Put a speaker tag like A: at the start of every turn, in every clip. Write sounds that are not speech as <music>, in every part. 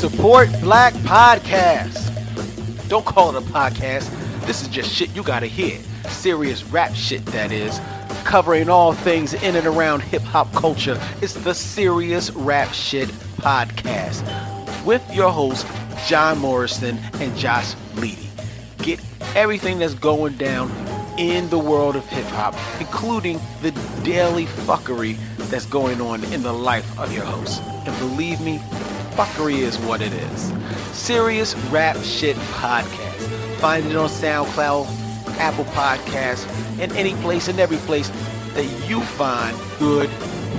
A: Support Black Podcast. Don't call it a podcast. This is just shit you gotta hear. Serious rap shit, that is. Covering all things in and around hip hop culture. It's the Serious Rap Shit Podcast with your hosts, John Morrison and Josh Leedy. Get everything that's going down in the world of hip hop, including the daily fuckery that's going on in the life of your host. And believe me, fuckery is what it is. Serious Rap Shit Podcast. Find it on SoundCloud, Apple Podcasts, and any place and every place that you find good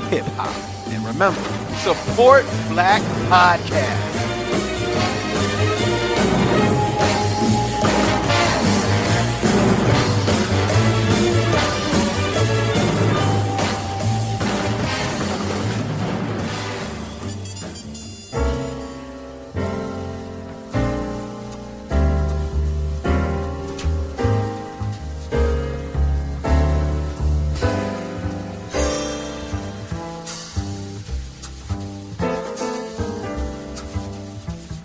A: hip hop. And remember, support Black Podcasts.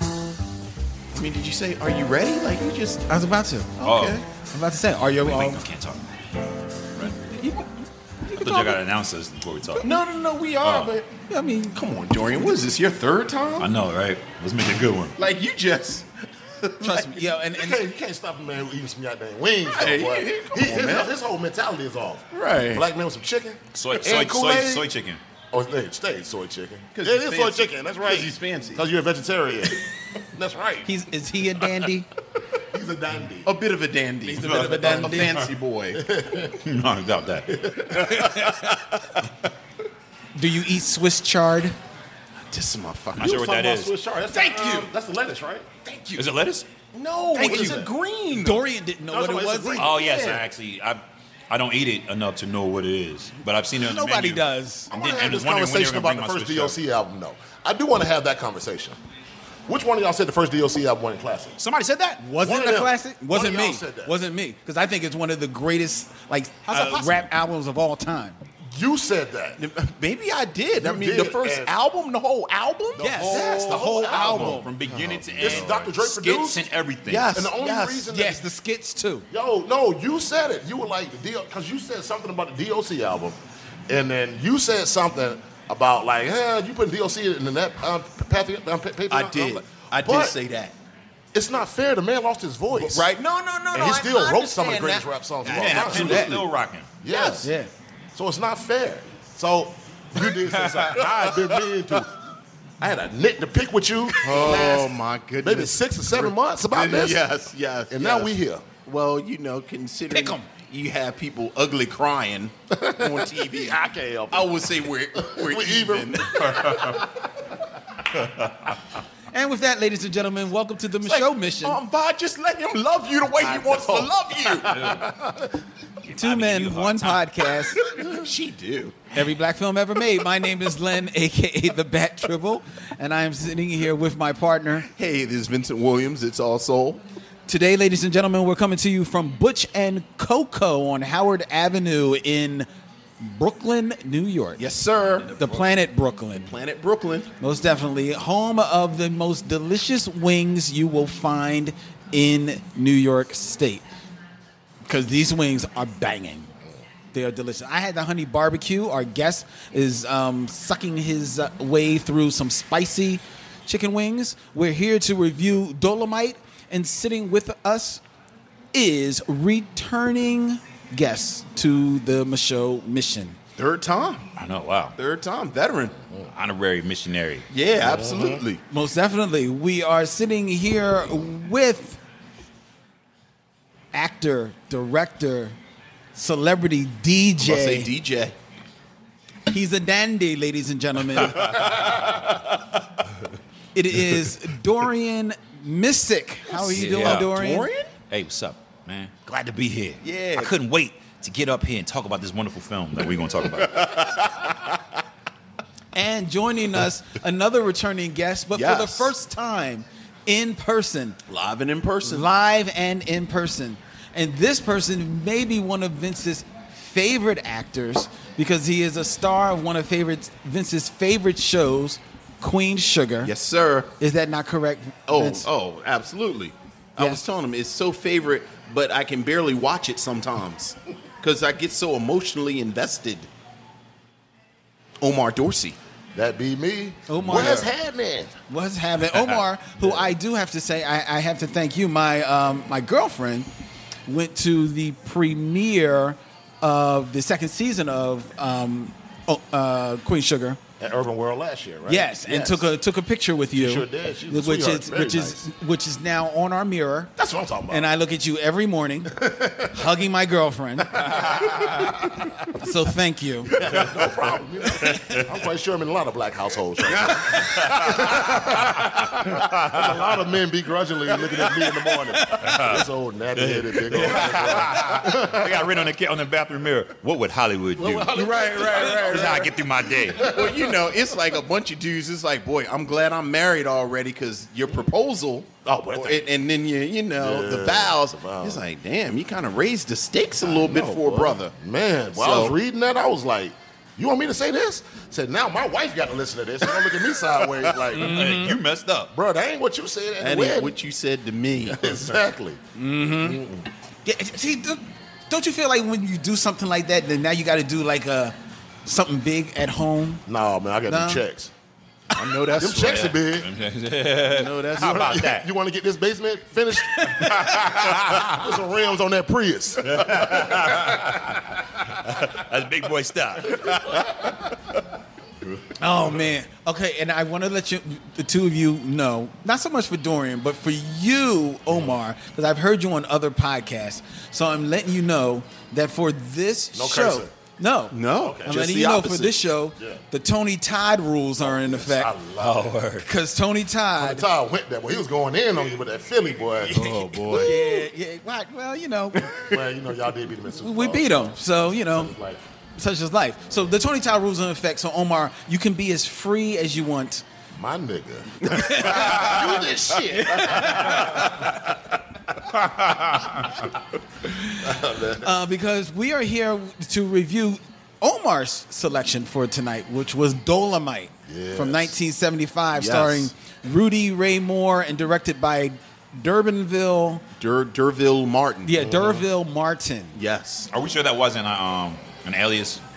B: I mean, did you say, are you ready? Like, you just.
C: I was about to.
D: Oh.
C: Okay. I'm about to say, are you?
D: Wait, wait,
C: um,
D: no, can't talk. Right? I thought y'all gotta announce this before we talk.
B: No, no, no, we are,
D: Oh.
B: but. I mean, come on, Dorian. What is this, your third time?
D: I know, right? Let's make it a good one.
B: Like, you just.
C: <laughs> Trust me. Yeah, and,
E: You
C: and
E: can't, you can't stop a man from eating some goddamn wings.
B: Hey,
E: though, boy.
B: yeah, come
E: He-
B: on,
E: his,
B: man.
E: his whole mentality is off.
B: Right.
E: Black man with some chicken.
D: Soy,
E: and
D: soy, soy,
E: Kool-Aid.
D: soy chicken.
E: Oh, they stay soy chicken.
B: 'Cause
E: yeah, it
B: he's
E: is soy
B: fancy.
E: chicken. That's right.
B: 'Cause he's fancy.
E: Because you're
B: <laughs>
E: a vegetarian. That's right.
C: he's is he a dandy?
E: <laughs> He's a dandy.
B: <laughs> A bit of <laughs> a dandy. He's
D: a bit of a dandy.
B: fancy boy.
D: <laughs> no, I doubt that.
C: Do you eat Swiss chard?
B: this is my fucking.
D: Not sure what that is.
E: Swiss chard. That's
B: Thank
E: the,
B: you.
E: um, that's the lettuce, right?
D: Is it lettuce?
B: No,
E: Thank
B: it's
E: you.
B: a green.
C: Dorian didn't know
E: No,
C: what
E: so
C: it
E: it's a
C: was.
E: green.
C: either.
D: Oh yes, I actually I I don't eat it enough to know what it is, but I've seen it. On the
C: Nobody
D: menu.
C: does.
E: I
D: And
E: want
D: then-
E: to
D: and
E: have this
D: was wondering when they
E: conversation
D: were
E: about
D: gonna
E: the
D: bring my
E: first
D: Swiss chard.
E: DLC album, though. I do want to have that conversation. Which one of y'all said the first DLC album wasn't classic?
D: Somebody said that.
E: One
C: Wasn't
E: of
C: a
E: them.
C: classic?
E: One
C: Wasn't
E: of y'all
C: me.
E: said that.
C: Wasn't me. Because I think it's one of the greatest like
B: How's that
C: uh,
B: possible?
C: rap albums of all time.
E: You said that.
B: Maybe I did. I
E: You
B: mean,
E: did,
B: the first
E: and-
B: album, the whole album.
C: yes,
E: whole-
C: yes, the whole album.
D: From beginning to end.
E: This is Dr. Dre
D: skits
E: produced?
D: and everything.
B: Yes.
E: And the only
B: yes,
E: reason that
C: Yes, the skits too.
E: Yo, no, you said it. You were like the DL because you said something about the DOC album, and then you said something about like, eh, you put DOC in that um, Pathe- um, Pa- Pathe-
B: I did.
E: like,
B: I did
E: but
B: say that.
E: It's not fair. The man lost his voice,
B: Right? No, no, no,
E: And
B: no.
E: he
B: I-
E: still
B: I
E: wrote some of the
B: understand
E: greatest
B: that.
E: rap songs of all
D: Yeah,
E: time.
D: that pen was still <laughs> rocking.
E: Yes.
C: Yeah.
E: So it's not fair. So you did
B: <laughs>
E: say something. I've been meaning to. I had a nit to pick with you.
B: Oh
E: last
B: my goodness.
E: Maybe six or seven months about this.
B: <laughs> Yes, yes.
E: And
B: yes.
E: now we here.
B: Well, you know, considering
C: Pick 'em.
B: you have people ugly crying on
E: <laughs>
B: TV,
E: I can't help it.
B: I would say we're we're,
E: We're even.
B: even.
C: And with that, ladies and gentlemen, welcome to the show mission.
B: Um, Vod, just let him love you the way he wants to love you.
C: Two men,
D: uh,
B: <laughs>
C: one podcast.
B: she do.
C: Every black film ever made. My name is Len, aka the Bat Tribble, and I am sitting here with my partner.
B: Hey, this is Vincent Williams. It's all soul.
C: Today, ladies and gentlemen, we're coming to you from Butch and Coco on Howard Avenue in Brooklyn, New York.
B: Yes, sir.
C: The planet Brooklyn.
B: Planet Brooklyn.
C: Most definitely. Home of the most delicious wings you will find in New York State. Because these wings are banging. They are delicious. I had the honey barbecue. Our guest is um, sucking his uh, way through some spicy chicken wings. We're here to review Dolomite, and sitting with us is returning guest to the Michaud mission.
B: Third time.
D: I know. Wow.
B: Third time. Veteran. Uh-huh.
D: Honorary missionary.
B: Yeah, absolutely.
C: Most definitely. We are sitting here with actor, director, celebrity
B: I'll say
C: DJ.
B: DJ.
C: He's a dandy, ladies
B: <laughs>
C: and gentlemen. it is Dorian Mystic. How are you doing,
D: Yeah.
C: Dorian?
B: Dorian?
D: Hey, what's up, man? Glad to be here.
B: Yeah.
D: I couldn't wait to get up here and talk about this wonderful film that we're gonna talk <laughs> about.
C: And joining us, another returning guest, but for the
B: Yes.
C: first time in person.
B: Live and in person.
C: live and in person. And this person may be one of Vince's favorite actors because he is a star of one of favorite Vince's favorite shows, Queen Sugar.
B: Yes, sir.
C: Is that not correct?
B: Oh,
C: Vince?
B: oh, absolutely. I
C: Yeah.
B: was telling him it's so favorite, but I can barely watch it <laughs> sometimes because I get so emotionally invested. Omar Dorsey.
E: That be me.
C: Omar.
E: Where's Hadnan?
B: <laughs>
C: What's happening, Omar? Who I do have to say, I, I have to thank you. My um, my girlfriend went to the premiere of the second season of um, oh, uh, Queen Sugar.
E: At Urban World last year, right?
C: Yes, and took a took a picture with you.
E: sure did. She's a
C: which
E: sweetheart.
C: is
E: Very
C: which is which is now on our mirror.
E: That's what I'm talking about.
C: And I look at you every morning,
E: <laughs>
C: hugging my girlfriend. so thank you.
E: no problem. You know, I'm quite sure I'm in a lot of black households. Right now. There's a lot of men begrudgingly looking at me in the morning. This old natty-headed big old.
D: I got written on the ca- on the bathroom mirror. What would Hollywood do? Mm-hmm.
B: Right, right,
D: This is how I get through my day.
B: well, you know, it's like a bunch of dudes. It's like, boy, I'm glad I'm married already because your proposal,
E: Oh, well,
B: and, and then you, you know, the
E: Yeah,
B: vows.
E: the vows.
B: It's like, damn, you kind of raised the stakes a little bit
E: No,
B: for a
E: boy.
B: brother.
E: Man, while I was
B: So-
E: reading that, I was like, you want me to say this? said, now my wife got to listen to this. And don't look at me sideways like,
D: Hey, you messed up.
E: bro, that ain't what you said
B: That
E: at the
B: ain't
E: wedding.
B: what you said to me.
E: <laughs> Exactly.
C: Yeah, see, don't- don't you feel like when you do something like that, then now you got to do like a something big at home?
E: No, man, I got
C: No.
E: them checks.
B: I know
E: Them
B: that's
E: checks are big.
B: I know that's
D: How about that?
E: <laughs> You want to get this basement
D: <laughs>
E: finished? Put some rims on that Prius.
D: That's big boy stuff.
C: Oh man. Okay, and I want to let you, the two of you, know not so much for Dorian, but for you, Omar, because I've heard you on other podcasts. So I'm letting you know that for this
E: No
C: show,
E: cursing.
C: no,
B: No, Okay.
C: I'm
B: just
C: letting
B: the
C: you know for
B: opposite.
C: this show,
E: Yeah.
C: the Tony Todd rules are in effect
D: Lord.
C: because Tony Todd.
E: Todd went that way. He was going in on you with that Philly
B: <laughs>
E: boy.
D: Oh boy.
C: yeah, yeah. right. Well, you know,
E: well, you know, y'all did beat him in Super
C: we
E: Bowl.
C: beat him, so you know.
E: Like,
C: such as life. So the Tony Todd rules are in effect. So Omar, you can be as free as you want.
E: my nigga. Do this shit.
C: Uh, because we are here to review Omar's selection for tonight, which was Dolomite from 1975,
B: Yes.
C: starring Rudy Ray Moore and directed by Durbinville,
B: Dur- Durville Martin.
C: yeah, Durville Martin.
B: Yes.
D: Are we sure that wasn't a, um an alias?
E: <laughs>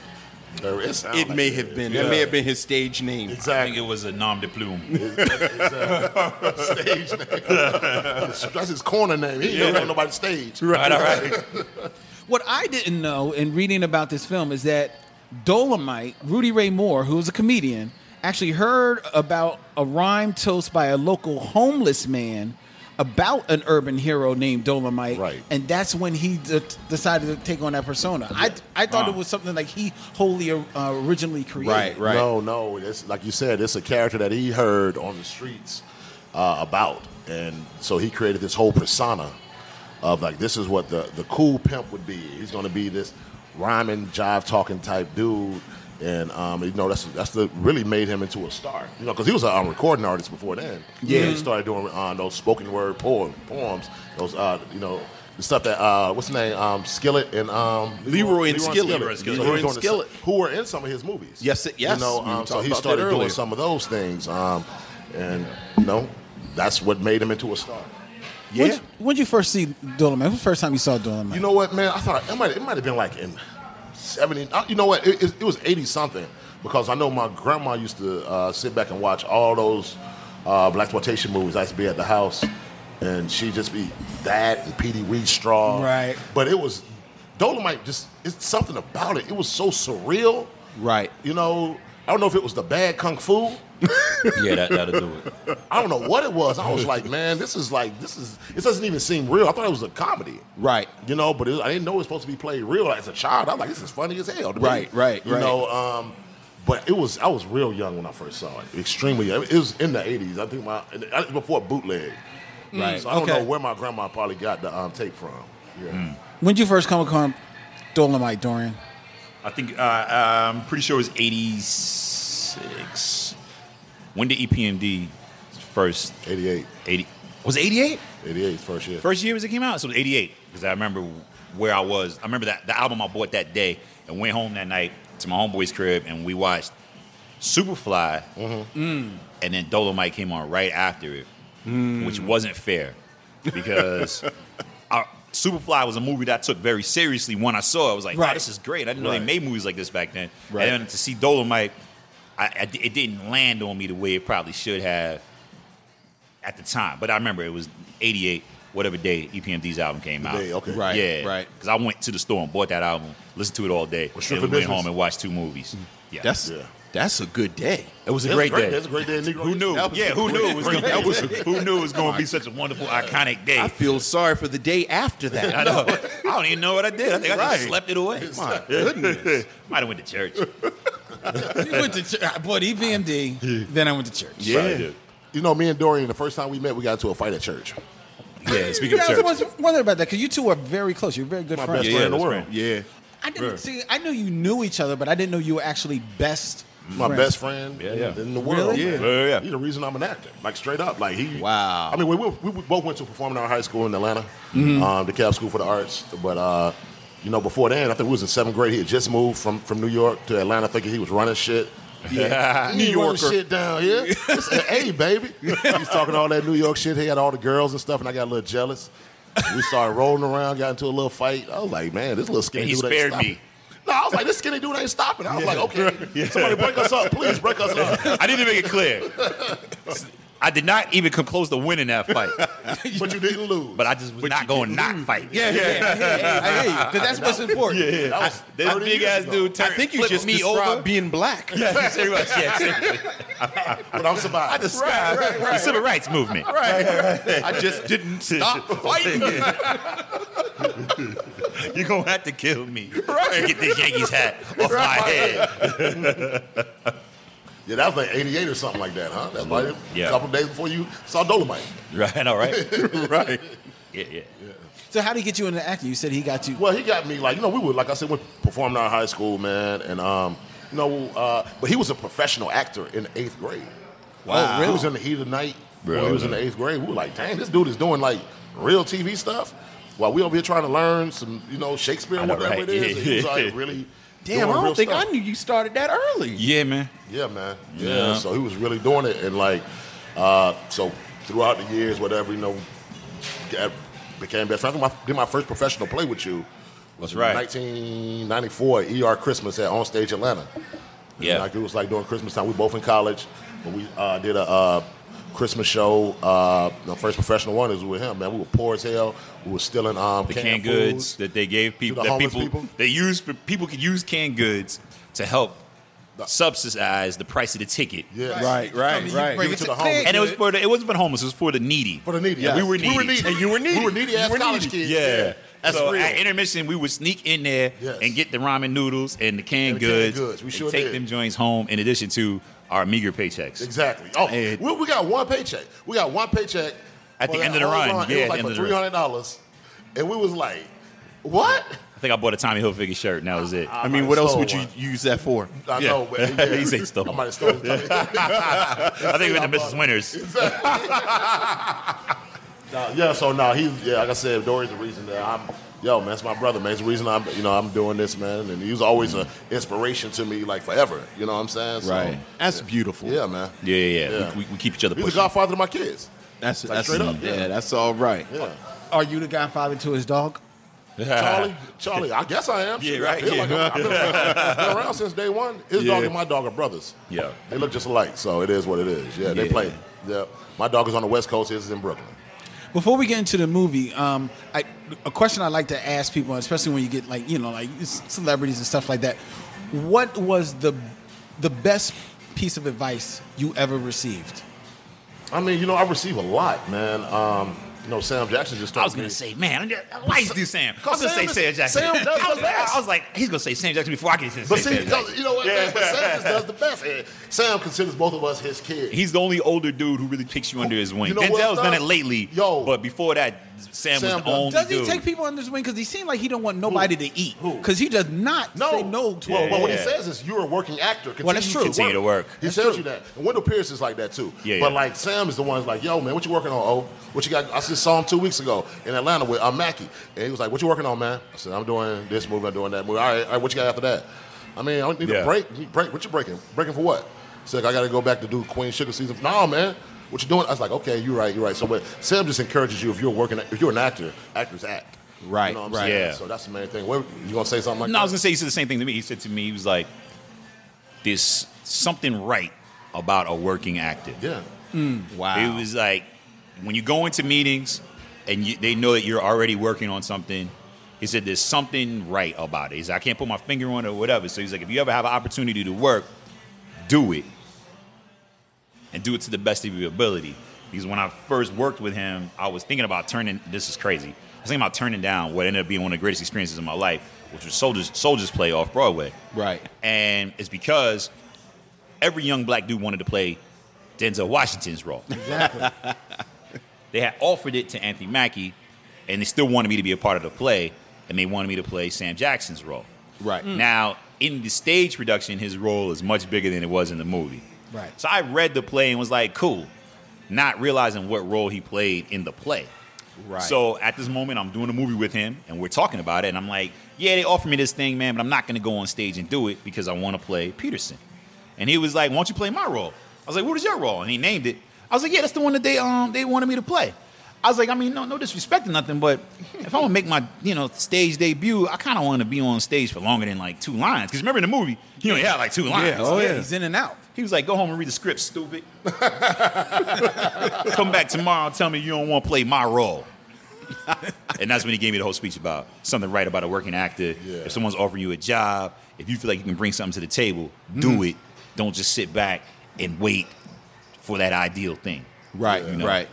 E: It,
B: It may have been. That may have been his stage name.
D: I think
E: Exactly. <laughs>
D: it was a nom de plume.
E: Stage
B: <laughs>
E: name. That's his corner name. He ain't never on nobody's
D: <laughs>
E: stage.
D: right, all right.
C: What I didn't know in reading about this film is that Dolomite, Rudy Ray Moore, who was a comedian, actually heard about a rhyme toast by a local homeless man about an urban hero named Dolomite.
E: Right.
C: And that's when he d- decided to take on that persona. I, I thought
D: Huh.
C: it was something like he wholly uh, originally created.
B: Uh-huh. Right, right.
E: No, no. It's like you said. It's a character that he heard on the streets uh, about, and so he created this whole persona of like this is what the the cool pimp would be. He's going to be this rhyming, jive talking type dude, and um, you know that's that's the really made him into a star. You know, because he was a um, recording artist before then. Yeah, he started doing uh, those spoken word poem, poems. Those uh, you know. The stuff that uh, what's his name um, Skillet and um,
B: Leroy and Skillet.
E: Leroy
B: Leroy
E: and
B: and
E: Skillet,
B: Skillet.
E: So he was doing the-
B: Skillet.
E: who were in some of his movies.
B: Yes, it- yes.
E: You know,
B: We were
E: um, so
B: talking
E: he
B: about
E: started
B: that
E: doing
B: earlier.
E: some of those things, um, and you know, that's what made him into a star.
B: Yeah.
C: When did you first see Dolomite? When was the first time you saw Dolomite?
E: You know what, man? I thought it might it might have been like in seventy. uh, You know what? It, it, it was eighty something because I know my grandma used to uh, sit back and watch all those uh, black exploitation movies. I used to be at the house, and she'd just be that and Petey Wheatstraw.
C: Right.
E: But it was Dolomite. Just it's something about it. It was so surreal.
B: Right.
E: You know, I don't know if it was the bad kung fu.
D: <laughs> Yeah, that, that'll do it.
E: I don't know what it was. I was like, man, this is like this is it doesn't even seem real. I thought it was a comedy,
B: Right.
E: you know, but it, I didn't know it was supposed to be played real. As a child, I was like, this is funny as hell. to me.
B: Right, right,
E: you
B: right.
E: know. Um, but it was I was real young when I first saw it. Extremely, young. it was in the eighties. I think my and I- before bootleg,
B: Right.
E: So I don't
C: Mm. okay.
E: know where my grandma probably got the um, tape from. Mm. Yeah.
C: When did you first come upon Dolomite,
B: <laughs>
C: Dorian?
D: I think uh, I'm pretty sure it was '86. When did E EPMD first
E: 88.
D: '80 was '88?
E: 88 's first year.
D: First year as it came out, so it was '88 because I remember where I was. I remember that the album I bought that day and went home that night to my homeboy's crib and we watched Superfly,
B: Mm.
D: and then Dolomite came on right after it, which wasn't fair
B: <laughs>
D: because I, Superfly was a movie that I took very seriously when I saw it. I was like, wow,
C: Right.
D: this is great. I didn't know
B: Right.
D: they made movies like this back then.
B: Right.
D: And then to see Dolomite, I, I di- it didn't land on me the way it probably should have at the time. But I remember it was 88, whatever day E EPMD's album came out.
E: day, okay.
B: Right,
D: Yeah.
B: right.
D: Because I went to the store and bought that album, listened to it all day, and
E: strip
D: then
E: of
D: went
E: business?
D: home and watched two movies. Yeah.
B: That's
E: Yeah.
B: that's a good day.
D: it was a
E: That's
D: great, day.
E: That's a great day in Negro.
D: Who knew?
E: That was
D: Yeah,
E: a
D: who
E: great
D: knew? It was gonna, that was who knew it was going to be such a wonderful, iconic day.
B: I feel sorry for the day after
E: <laughs>
B: that.
D: <laughs> I know. I don't even know what I did. I think I just slept it away.
B: My goodness.
D: <laughs> Might have went to church.
C: You went to church. I E bought EPMD, then I went to church.
E: Yeah.
D: Probably did.
E: You know, me and Dorian, the first time we met, we got into a fight at church.
D: Yeah. Speaking
C: Yeah,
D: of
C: I
D: church,
C: was wondering about that because you two are very close. You're very good
E: My
C: friends.
E: best
D: Yeah,
E: friend in the
D: that's
E: world.
D: right.
B: Yeah.
C: I
D: Yeah.
C: didn't see. I knew you knew each other, but I didn't know you were actually best.
E: My
C: friends.
E: best friend
D: Yeah, yeah.
E: in the world.
C: Really?
E: man.
D: Yeah. Yeah, yeah.
E: He's the reason I'm an actor. Like, straight up. Like, he.
B: Wow.
E: I mean, we, we, we both went to performing art high school in Atlanta, um, the Cal School for the Arts. But, uh, you know, before then, I think we was in seventh grade. He had just moved from, from New York to Atlanta thinking he was running shit. <laughs> Yeah, New York shit down <laughs> here. I said, hey, baby. He's talking all that New York shit. He had all the girls and stuff, and I got a little jealous. We started rolling around, got into a little fight. I was like, man, this little skinny
D: And he
E: dude
D: spared
E: ain't stopping.
D: me.
E: No, I was like, this skinny dude ain't stopping. I was like, okay, somebody break us up, please break us <laughs> up.
D: I need to make it clear. I did not even come close to winning that fight,
E: But you didn't lose.
D: but I just was not going to not fight.
C: Yeah, yeah, yeah. yeah, yeah. I hear you because that's what's important. Yeah,
E: that was
D: This
E: 30
D: big
E: years
D: ass
E: ago.
D: dude
B: I
D: turned,
B: think you
D: flipped
B: just
D: me
B: described
D: over.
B: being black.
D: Yeah, pretty much, yeah, seriously.
E: But I'm surviving.
D: I described the civil rights movement.
B: I just
E: <laughs>
B: didn't stop fighting.
D: You're gonna have to kill me to get this Yankees hat off my head.
E: Yeah, that was like 88 or something like that, huh? That's like
D: Yeah.
E: a couple days before you saw Dolomite.
D: Right, all right, right. Yeah, yeah.
C: So how did he get you into acting? You said he got you.
E: Well, he got me like you know we were like I said we performed out of high school, man, and um, you know, uh, but he was a professional actor in eighth grade. Oh,
C: Wow.
E: he was in the heat of the night when
D: Really?
E: he was in the eighth grade. We were like, dang, this dude is doing like real TV stuff. While we over here trying to learn some, you know, Shakespeare,
D: I
E: or
D: know,
E: whatever
D: right?
E: it is, and he was like
D: Yeah.
E: really.
B: Damn,
E: doing
B: I
E: real
B: don't think
E: stuff.
B: I knew you started that early.
D: Yeah, man.
E: Yeah, man. Yeah.
D: Yeah.
E: So he was really doing it, and like, uh, so throughout the years, whatever you know, got, became best friends. I think my- did my first professional play with you.
D: That's right.
E: 1994, ER Christmas at On Stage Atlanta.
D: Yeah.
E: Like it was like during Christmas time. We both in college, but we uh, did a uh, Christmas show. Uh, the first professional one is with him, man. We were poor as hell. We were stealing um,
D: The
E: canned,
D: canned goods
E: foods.
D: that they gave people,
E: the
D: that
E: homeless
D: people,
E: people?
D: they used for people could use canned goods to help subsidize the price of the ticket.
E: Yeah.
B: Right, right, right.
E: Give it to the homeless.
D: And it was for the, it wasn't for the homeless. It was for the needy.
E: For the needy.
D: Yeah, we were needy.
E: We were
B: <laughs>
E: needy.
B: And you were needy.
E: We were needy
B: You
E: ass
B: were
E: college
B: needy.
E: kids.
D: Yeah.
E: That's
D: so
E: real.
D: at intermission, we would sneak in there
E: Yes.
D: and get the ramen noodles and the canned
E: And the canned
D: goods.
E: goods. We
D: and
E: sure
D: take
E: did.
D: them joints home in addition to our meager paychecks.
E: Exactly. Oh,
D: And-
E: we, we got one paycheck. We got one paycheck
D: At
E: for
D: the
E: that
D: end of the
E: whole
D: run.
E: It
D: Yeah, at the
E: was like for
D: end of
E: three
D: the run.
E: hundred dollars, and we was like, "What?"
D: I think I bought a Tommy Hilfiger shirt, and that was it.
B: I mean,
E: I
B: what else
E: stole
B: would you
E: one.
B: use that for?
E: I
D: Yeah.
E: know, but
D: <laughs> He said stole.
E: I might have stolen.
D: I think we went to Mrs. Winters.
E: Nah, yeah, so now he's yeah, like I said, Dory's the reason that I'm. Yo, man, it's my brother, man. It's the reason I'm, you know, I'm doing this, man. And he was always
D: Mm.
E: an inspiration to me, like forever. You know what I'm saying? So,
B: Right. That's beautiful.
E: Yeah, man.
D: Yeah, yeah, yeah.
E: Yeah.
D: We, we, we keep each other
E: He's the
D: pushing.
E: godfather to my kids.
B: That's
E: Like
B: that's
E: straight up,
B: Yeah,
E: yeah.
B: that's all right.
E: Yeah.
C: Are you the godfather to his dog?
E: <laughs>
D: <laughs>
E: Charlie, Charlie, I guess I am.
D: Yeah,
E: Shit, I
D: right,
E: feel
D: yeah.
E: like I'm- I've been
D: <laughs>
E: around, been around since day one. His
D: Yeah.
E: dog and my dog are brothers.
D: Yeah.
E: They look just alike, so it is what it is. Yeah, they
D: Yeah.
E: play. Yeah. My dog is on the West Coast, his is in Brooklyn.
C: Before we get into the movie, um, I, a question I like to ask people, especially when you get like you know like c- celebrities and stuff like that, what was the the best piece of advice you ever received?
E: I mean, you know, I receive a lot, man. Um, you know, Sam Jackson just told
D: I was
E: me-
D: gonna say, man, I'm just- why you do Sam? I was gonna
E: Sam
D: say
E: is-
D: Sam Jackson.
E: Sam
D: <laughs>
E: does
D: I, was,
E: the best.
D: I was like, he's gonna say Sam Jackson before I can say
E: But
D: Sam
E: see, he
D: Jackson.
E: does, you know what? man, But Sam just does the best. And Sam considers both of us his kids.
D: He's the only older dude who really picks you under his wing.
E: You know what
D: Denzel's done it
E: does?
D: lately,
E: Yo.
D: but before that, Sam, was
E: Sam
D: the
E: does-
D: only
C: Does he
D: dude.
C: take people under his wing? Because he seemed like he don't want nobody to eat.
E: Who?
C: Because he does not say no to.
E: well,
C: a
E: well, what
C: woman.
E: he
D: Yeah.
E: says is you're a working actor. Continue
C: Well, that's true.
D: Continue to work.
E: He tells you that. And Wendell Pierce is like that too.
D: Yeah,
E: but
D: yeah.
E: like Sam is the one who's like, yo, man, what you working on? Oh, what you got? I just saw him two weeks ago in Atlanta with uh, Mackey, and he was like, what you working on, man? I said, I'm doing this movie, I'm doing that movie. All right, all right what you got after that? I mean, I don't need
D: Yeah.
E: a break. You Break? What you breaking? Breaking for what? It's like, I got to go back to do Queen Sugar season. Nah, man. What you doing? I was like, okay, you're right, you're right. So, but Sam just encourages you if you're working, if you're an actor, actors act.
C: Right,
E: You know what I'm
C: right.
E: saying?
D: Yeah.
E: So that's the main thing. What, you gonna say something like
D: No,
E: that?
D: I was gonna say he said the same thing to me. He said to me, he was like, "There's something right about a working actor."
E: Yeah.
C: Wow.
D: It was like when you go into meetings and you, they know that you're already working on something. He said, "There's something right about it." He said, "I can't put my finger on it or whatever." So he's like, "If you ever have an opportunity to work, do it, and do it to the best of your ability." Because when I first worked with him, I was thinking about turning. This is crazy. I was thinking about turning down what ended up being one of the greatest experiences of my life, which was Soldiers Soldiers Play off Broadway.
C: Right.
D: And it's because every young black dude wanted to play Denzel Washington's role. <laughs> They had offered it to Anthony Mackie, and they still wanted me to be a part of the play, and they wanted me to play Sam Jackson's role.
C: Right.
D: Now, in the stage production, his role is much bigger than it was in the movie.
C: Right.
D: So I read the play and was like, cool, not realizing what role he played in the play.
C: Right.
D: So at this moment, I'm doing a movie with him, and we're talking about it, and I'm like, yeah, they offered me this thing, man, but I'm not going to go on stage and do it because I want to play Peterson. And he was like, why don't you play my role? I was like, what is your role? And he named it. I was like, yeah, that's the one that they um they wanted me to play. I was like, I mean, no, no disrespect or nothing,
C: <laughs>
D: but if I'm gonna make my you know stage debut, I kind of want to be on stage for longer than like two lines. Because remember in the movie, he only had like two lines.
C: Yeah. Oh yeah. He's in and out.
D: He was like, go home and read the script, stupid. <laughs> Come back tomorrow and tell me you don't want to play my role. and that's when he gave me the whole speech about something right about a working actor.
E: Yeah.
D: If someone's offering you a job, if you feel like you can bring something to the table, do it. Don't just sit back and wait for that ideal thing.
C: Right.
D: You know?
C: Right.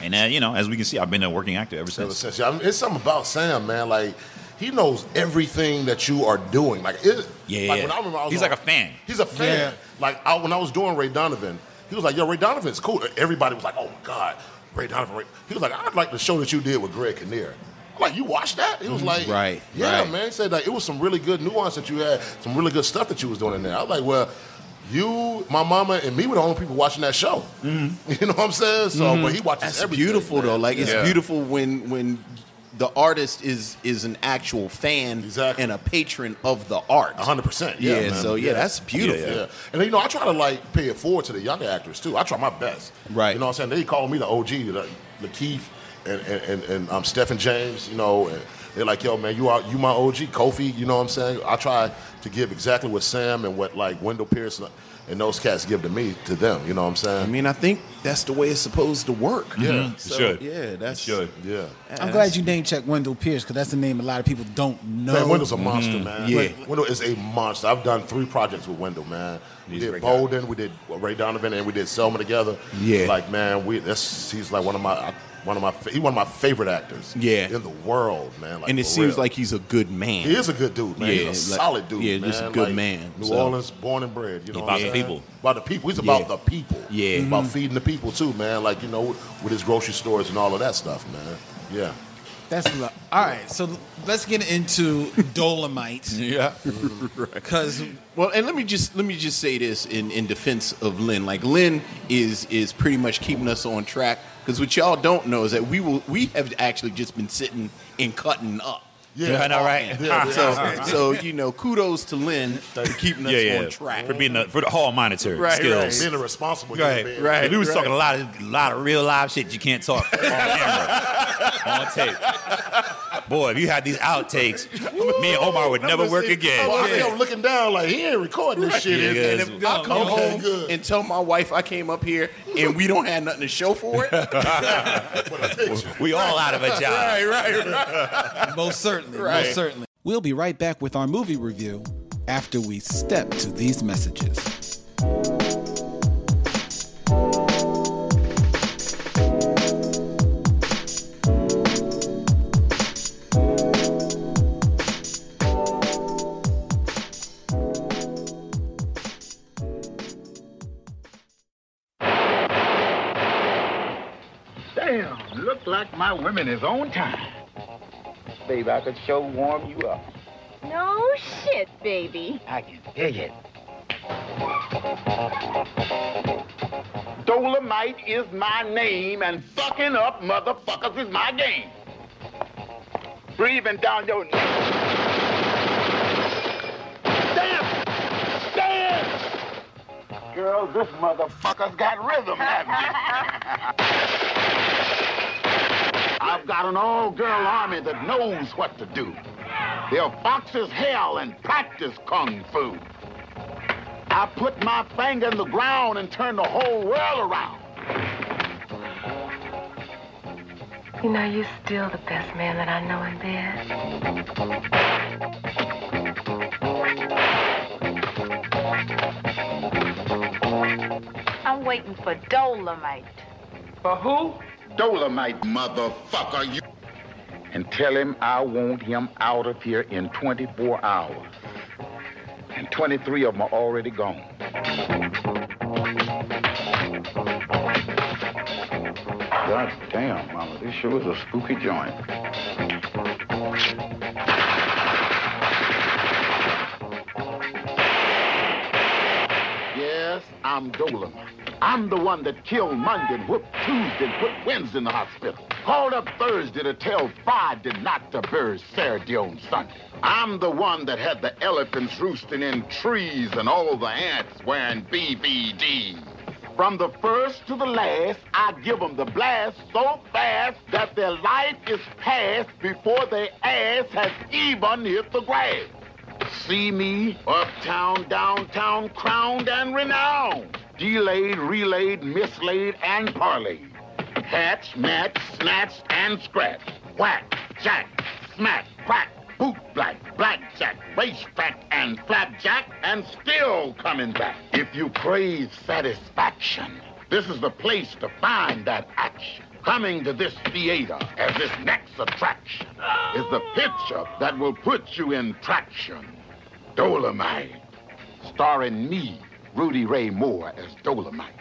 D: And, uh, you know, as we can see, I've been a working actor ever
E: ever
D: since.
E: since. Yeah, I mean, it's something about Sam, man. Like he knows everything that you are doing. Like it,
D: Yeah,
E: like,
D: yeah.
E: When I remember, I was
D: He's
E: on-
D: like a fan.
E: He's a fan.
C: Yeah.
E: Like I, when I was doing Ray Donovan, he was like, "Yo, Ray Donovan's cool." Everybody was like, "Oh my god, Ray Donovan." Ray. He was like, "I'd like the show that you did with Greg Kinnear." I'm like, "You watched that?" He was like,
C: Right,
E: yeah,
C: right.
E: man." He said like it was some really good nuance that you had, some really good stuff that you was doing in there. I was like, "Well." You, my mama, and me were the only people watching that show. <laughs> You know what I'm saying? So, but he watches
B: That's
E: everything,
B: beautiful
E: man.
B: though. Like it's
E: Yeah.
B: beautiful when when the artist is is an actual fan
E: Exactly.
B: and a patron of the art.
E: A hundred percent.
B: Yeah.
E: Yeah. man.
B: so yeah, that's beautiful.
E: Yeah, yeah. And you know, I try to like pay it forward to the younger actors too. I try my best.
C: Right.
E: You know what I'm saying? They call me the OG, the, the Keith, and and and, and um, Stephen James. You know, and they're like, yo, man, you are you my OG, Kofi. You know what I'm saying? I try to give exactly what Sam and what like Wendell Pierce and- and those cats give to me to them. You know what I'm saying?
B: I mean, I think that's the way it's supposed to work.
E: Yeah.
D: It
B: So,
D: should.
B: Yeah,
D: It
B: that's
D: should.
E: yeah.
C: I'm glad you name checked Wendell Pierce because that's the name a lot of people don't know.
E: Man, Wendell's a
B: Mm-hmm.
E: monster, man.
C: Yeah.
E: Like, Wendell is a monster. I've done three projects with Wendell, man. We
D: He's a
E: did
D: great
E: Bolden, we did Ray Donovan, and we did Selma together.
C: Yeah.
E: like man, we that's he's like one of my one of my fa- he's one of my favorite actors.
B: Yeah.
E: in the world, man. Like,
B: and it
E: for
B: seems
E: real.
B: like he's a good man.
E: He is a good dude, man.
B: Yeah, like-
E: he's a solid dude.
B: yeah,
E: man.
B: just a good
E: Like,
B: man,
E: New
B: so.
E: Orleans, born and bred. You know,
D: About
E: what I'm
D: the
E: saying?
D: people.
E: About the people. He's about
B: Yeah.
E: the people.
B: Yeah. Mm-hmm.
E: He's about feeding the people too, man. Like you know, with his grocery stores and all of that stuff, man. Yeah,
C: That's lo- all right. So let's get into
B: <laughs>
C: Dolomite
D: Yeah.
C: because
B: Well, and let me just let me just say this in, in defense of Lynn. Like Lynn is is pretty much keeping us on track because what y'all don't know is that we will we have actually just been sitting and cutting up.
D: <laughs> Yeah, I know, right?
E: Yeah,
B: <laughs> So so you know, kudos to Lynn for keeping us
D: Yeah, yeah.
B: on track.
D: For being the, for the hall monitor
B: Right,
D: skills.
E: being a responsible human
D: Right,
E: being.
D: right. We was
B: right.
D: talking a lot of a lot of real live shit you can't talk on camera, on tape. Boy, if you had these outtakes, me and Omar would never work again.
E: Oh, I kept looking down like he ain't recording this shit.
D: Yeah,
E: And
D: that's-
E: if-
B: I come
E: Okay,
B: home
E: good.
B: and tell my wife I came up here and we don't have nothing to show for it.
D: We all out of a job.
B: right, right.
C: most certainly,
B: Right.
C: most certainly. We'll be right back with our movie review after we step to these messages.
F: Damn, look like my women is on time. Babe, I could show warm you up.
G: No shit, baby.
F: I can dig it. Dolomite is my name, and fucking up motherfuckers is my game. Breathing down your neck. Damn! Damn! Girl, this motherfucker's got rhythm, haven't you? I've got an all-girl army that knows what to do. They'll fox as hell and practice kung fu. I put my finger in the ground and turn the whole world around.
H: You know, you're still the best man that I know in bed.
I: I'm waiting for Dolomite.
F: For who? Dolomite, motherfucker, you. And tell him I want him out of here in 24 hours. And 23 of them are already gone. God damn, Mama, this sure is a spooky joint. Yes, I'm Dolan. I'm the one that killed Monday and whooped Tuesday and put Wednesday in the hospital. Called up Thursday to tell Friday not to bury Saturday on Sunday. I'm the one that had the elephants roosting in trees and all the ants wearing BVDs. From the first to the last, I give 'em the blast so fast that their life is past before their ass has even hit the grass. See me uptown, downtown, crowned and renowned. Delayed, relayed, mislaid, and parlayed. Hatched, matched, snatched, and scratched. Whack, jack, smack, crack, bootblack, blackjack, racetrack, and flapjack, and still coming back. If you crave satisfaction, this is the place to find that action. Coming to this theater as this next attraction is the picture that will put you in traction. Dolomite, starring me, Rudy Ray Moore, as Dolomite,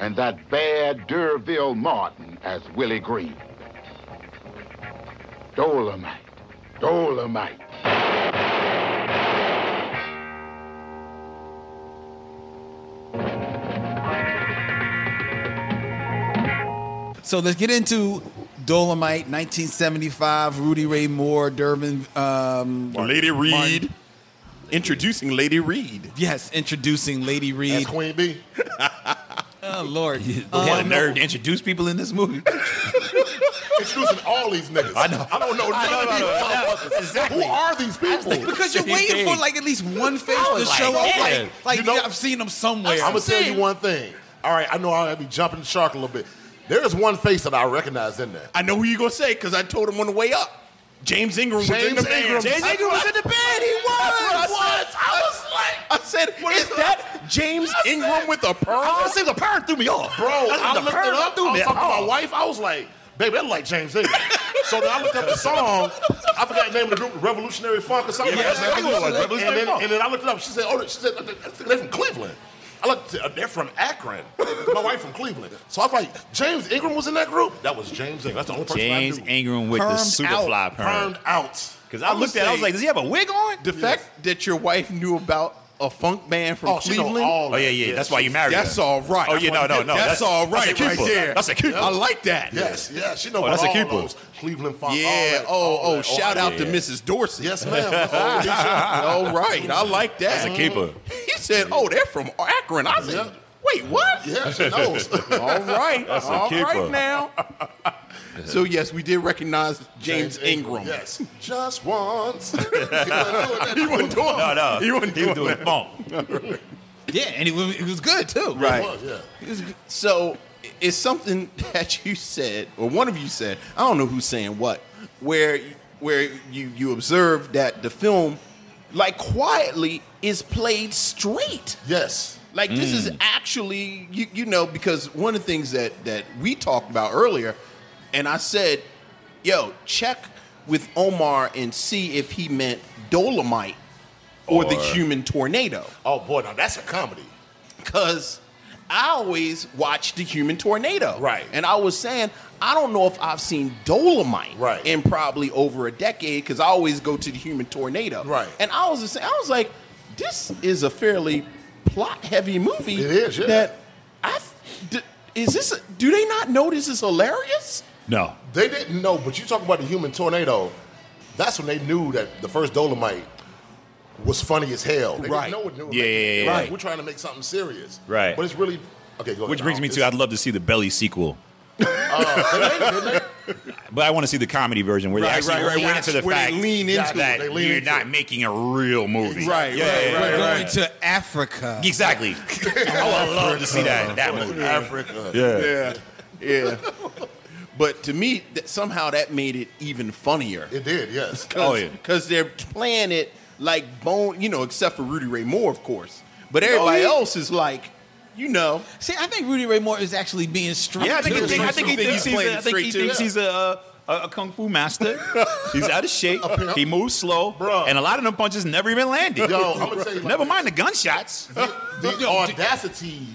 F: and that bad Durville Martin as Willie Green. Dolomite. Dolomite.
C: So let's get into Dolomite, 1975, Rudy Ray Moore, Durbin. Um,
B: Lady
C: Martin-
B: Reed. Introducing Lady Reed.
C: Yes, introducing Lady Reed.
E: That's Queen B.
C: Oh,
B: <laughs>
C: Lord.
D: What a
C: Um,
D: nerd to introduce people in this movie.
E: Introducing all these niggas. I know. I don't know none
D: know,
E: of
D: I
E: these
D: know, I know.
E: motherfuckers.
D: Exactly.
E: Who are these people?
C: because you're
D: Same
C: waiting
D: thing.
C: for like at least one face to
D: was like,
C: show up.
D: yeah.
C: Like, like
E: You know-
C: yeah, I've seen them somewhere.
E: I'm gonna tell you one thing. All right, I know I'll be jumping the shark a little bit. There is one face that I recognize in there.
B: I know who you're going to say because I told him on the way up. James Ingram was in
E: James
B: the band.
E: Ingram.
B: James
E: That's
B: Ingram was in the band. He was.
E: That's what I said.
B: I was like, I said, is that James Ingram with a pearl? I was the pearl threw me off,
E: Bro, I looked it up. I was talking to my
B: wife.
E: wife. I was like, baby, that like James Ingram. so then I looked up the song. I forgot the name of the group, Revolutionary Funk or something.
B: Yeah,
E: like that.
B: that's what it was, Revolutionary
E: and, then,
B: Funk.
E: and then I looked it up. She said, oh, she said, I think they're from Cleveland. I looked, uh, they're from Akron. My wife from Cleveland. So I was like, James Ingram was in that group? That was James Ingram. That's the only person
D: James
E: I knew.
D: Ingram with the
C: Permed
D: superfly perm.
E: Turned out.
D: Because I
B: I'ma
D: looked at, it, I was
B: say-
D: like, does he have a wig on?
B: The fact that your wife knew about a funk band from
E: Oh, she know
B: Cleveland.
E: all
D: Oh yeah, yeah. That's why you married.
B: That's
D: her.
B: all right.
D: Oh yeah, no, no, no.
B: That's, all
D: that's a
B: right,
D: keeper.
B: right there.
D: That's a keeper.
B: I like that.
E: Yes, yes. She know
D: Oh,
E: about
D: that's a
E: all
D: keeper.
E: those Cleveland Funk. all
B: Yeah.
E: that,
B: Oh,
E: all
B: oh,
E: that, all
B: shout
E: that.
B: out to Mrs. Dorsey. <laughs>
E: Yes, ma'am.
D: <laughs>
E: Oh,
B: all right. I like that.
D: That's a keeper.
B: He said, "Oh, they're from Akron." I said,
E: Yeah.
B: "Wait, what?"
D: <laughs>
E: Yeah, she knows.
B: All right.
D: That's a
B: all
D: keeper.
B: right <laughs> now. so yes, we did recognize James, Ingram.
E: Yes.
D: <laughs>
E: Just once.
B: He wasn't doing
D: No, no.
B: He wasn't
D: he was
B: doing, that.
D: doing funk.
C: yeah, and it was, it was good too.
B: Right.
E: Yeah.
B: So it's something <laughs> that you said, or one of you said, I don't know who's saying what, where where you you observed that the film, like quietly, is played straight.
E: Yes.
B: Like this
C: Mm.
B: is actually you you know because one of the things that that we talked about earlier, and I said, yo, check with Omar and see if he meant Dolomite or the
D: Or-
B: Human Tornado.
E: Oh boy, now that's a comedy.
B: Cause I always watch the Human Tornado.
E: Right.
B: And I was saying, I don't know if I've seen Dolomite
E: Right.
B: in probably over a decade, because I always go to the Human Tornado.
E: Right.
B: And I was just saying, I was like, this is a fairly plot heavy movie.
E: It is, yeah.
B: That I th- d- is this a- do they not know this is hilarious?
D: No.
E: They didn't know, but you talk about the human tornado. That's when they knew that the first Dolomite was funny as hell. They
D: Right.
E: didn't know what new.
D: Yeah, yeah, yeah, yeah.
E: We're trying to make something serious.
D: Right.
E: But it's really okay. Go ahead.
D: Which brings
E: I'll-
D: me to I'd love to see the Belly sequel. But I want to see the comedy version where
B: Oh, Right,
D: they actually
B: right, right,
D: lean
B: where
D: into
B: they-
D: the
B: where they
D: fact
B: lean into it,
D: that
B: they lean
D: you're
B: into
D: not making a real movie.
B: Right,
D: yeah,
B: right,
D: yeah,
C: We're
D: yeah,
C: going to Africa.
B: <laughs>
D: Exactly. I would love to see
B: Uh-huh.
D: that that movie.
E: Africa.
B: yeah, yeah. But to me, that somehow that made it even funnier.
E: It did. Yes.
D: <laughs> Oh, yeah.
B: because they're playing it like bone, you know, except for Rudy Ray Moore, of course.
D: Oh,
B: But everybody else is like, you know,
C: See, I think Rudy Ray Moore is actually being straight.
D: Yeah, I think, he
C: to the
D: think, I
C: truth.
D: think he thinks he's, a, I think he
B: Straight
D: thinks
B: to-
D: he's a, uh, a, a kung fu master.
B: <laughs>
D: he's out of shape.
E: pimp.
D: He moves slow,
E: Bruh.
D: and a lot of them punches never even landed.
E: Yo, I'm gonna tell you like
D: never
E: this.
D: mind the gunshots. <laughs>
E: the audacity